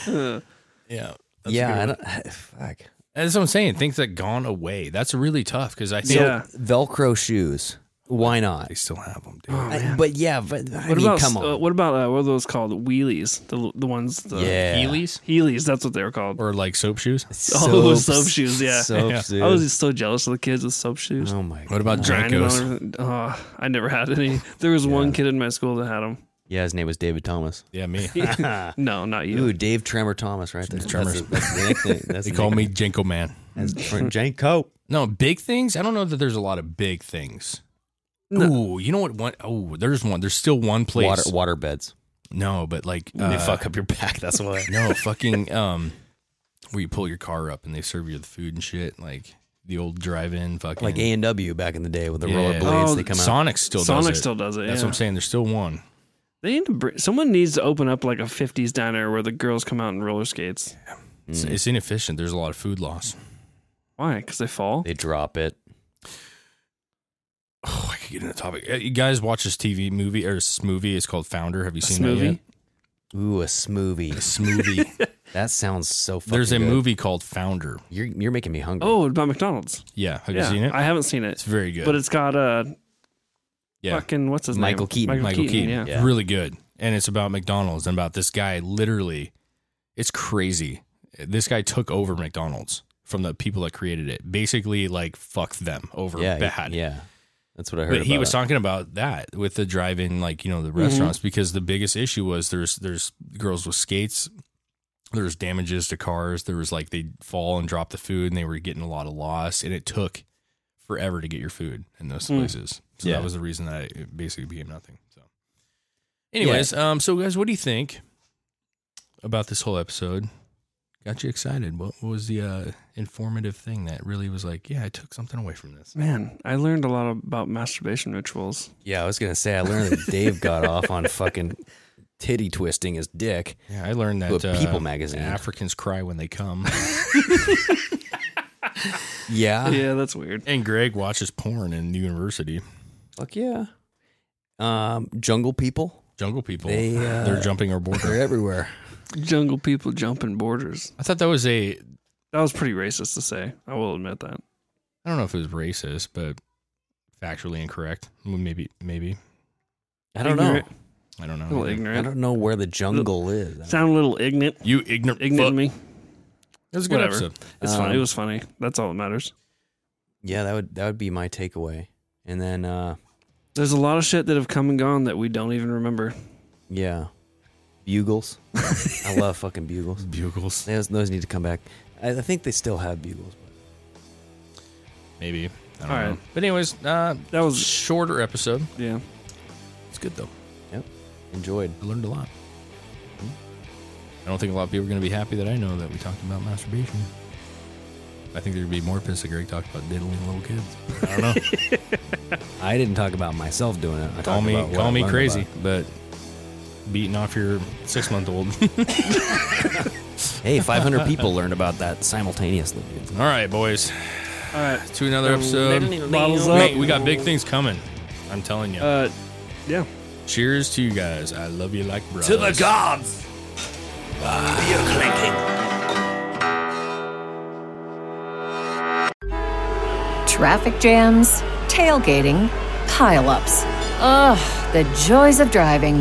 B: yeah. that's a good
D: yeah, I
B: one.
D: don't, fuck.
B: That's what I'm saying. Things that gone away. That's really tough because I think
C: Yeah.
D: Velcro shoes. Why not?
B: they still have them, dude.
C: Oh,
D: I-
C: man.
D: but yeah, but I
C: What
D: mean,
C: about
D: come
C: uh,
D: on.
C: what about uh, what are those called? Wheelies. The the ones. The
D: yeah,
B: Heelys
C: Heelys. That's what they were called.
B: or like soap shoes.
D: Soaps.
C: Oh, soap shoes, yeah.
D: Soaps,
C: I
D: dude.
C: was just so jealous of the kids with soap shoes.
D: Oh my.
B: What about
C: Grinding on
B: Jankos?
C: everything. Oh, I never had any. There was one kid in my school that had them.
D: Yeah, his name was David Thomas.
B: Yeah, me.
C: No, not you.
D: Ooh, Dave Tremor Thomas, right there.
B: Tremors.
D: That's, the- that's the nickname. That's
B: They
D: the
B: call me
D: nickname.
B: Jenko Man.
D: That's Tr- Janko.
B: No big things. I don't know that there's a lot of big things. Ooh, you know what? One oh, there's one. There's still one place.
D: Water water beds.
B: No, but like uh,
D: up your back. That's why.
B: No, fucking um, where you pull your car up and they serve you the food and shit, like the old drive-in fucking
D: like A and W back in the day with the
B: Yeah.
D: roller blades.
C: Oh,
D: they come out.
B: Sonic still does
C: Sonic
B: it.
C: still does it.
B: That's
C: yeah.
B: what I'm saying. There's still one.
C: They need to br- someone needs to open up like a 50s diner where the girls come out in roller skates.
B: It's,
D: Mm.
B: it's inefficient. There's a lot of food loss.
C: Why? Because they fall.
D: They drop it.
B: Oh, I could get into topic. Uh, You guys watch this TV movie or this movie? It's called Founder. Have you seen that
C: Smoothie.
B: yet?
D: Ooh, a smoothie.
B: This movie.
D: That sounds so. Fucking
B: There's a
D: good.
B: movie called Founder.
D: You're you're making me hungry.
C: Oh, about McDonald's.
B: Yeah, have
C: yeah,
B: you seen it?
C: I haven't seen
B: it's
C: it,
B: very good.
C: but it's got uh,
B: yeah,
C: fucking what's his
D: Michael
C: name?
D: Keaton.
B: Michael Keaton.
C: Yeah.
D: Yeah.
B: Really good. And it's about McDonald's and about this guy literally it's crazy. This guy took over McDonald's from the people that created it. Basically like fuck them over
D: yeah,
B: bad.
D: yeah. That's what I heard.
B: But he
D: about
B: was
D: it.
B: talking about that with the drive-in, like you know, the restaurants, because the biggest issue was there's there's girls with skates, there's damages to cars, there was like they fall and drop the food, and they were getting a lot of loss, and it took forever to get your food in those places. So
D: Yeah.
B: that was the reason that it basically became nothing. So, anyways, um, so guys, what do you think about this whole episode? Got you excited? What was the uh, informative thing that really was like? Yeah, I took something away from this.
C: Man, I learned a lot about masturbation rituals.
D: Yeah, I was gonna say I learned that Dave got off on fucking titty twisting his dick.
B: Yeah, I learned
D: To a
B: that uh,
D: People magazine.
B: Africans cry when they come.
D: Yeah,
C: yeah, that's weird.
B: and Greg watches porn in university.
D: fuck yeah. Um, jungle people,
B: Jungle people,
D: They,
B: they,
D: uh,
B: are jumping our border.
D: they're everywhere.
C: Jungle people jumping borders.
B: I thought that was a.
C: That was pretty racist to say. I will admit that.
B: I don't know if it was racist, but factually incorrect. Well, Maybe, maybe
D: I don't
C: Ignorant.
B: I don't
C: A little
B: know.
D: know. I
C: ignorant.
D: don't know where the jungle is.
C: Sound a little ignorant.
B: You ignorant.
C: Ignorant
B: fuck.
C: to me.
B: That was a good
C: Whatever.
B: episode.
C: It's
D: Um,
C: funny. It was funny. That's all that matters.
D: Yeah, that would that would be my takeaway. And then, uh,
C: There's a lot of shit that have come and gone that we don't even remember.
D: yeah, bugles. I love fucking bugles.
B: Bugles.
D: Those, those need to come back. I, I think they still have bugles.
B: Maybe. I don't
C: All
B: know.
C: right.
B: But anyways, uh,
C: That was
B: shorter episode.
C: yeah.
B: It's good though.
D: Yep. Enjoyed.
B: I learned a lot. Hmm? I don't think a lot of people are going to be happy that I know that we talked about masturbation. I think there'd be more pissed that Greg talked about diddling little kids. I don't know.
D: I didn't talk about myself doing it.
B: call
D: I talked
B: me
D: about what I
B: call me
D: learned
B: crazy,
D: about
B: but beating off your six month old.
D: it. Hey, 500 people learned about that simultaneously, dude.
B: All right, boys,
C: All right.
B: to another episode.
C: Bottles up.
B: Hey, we got big things coming. I'm telling you.
C: Uh, yeah.
B: Cheers to you guys. I love you like brothers.
A: gods! Beer clinking.
E: Traffic jams, tailgating, pileups. Ugh, the joys of driving.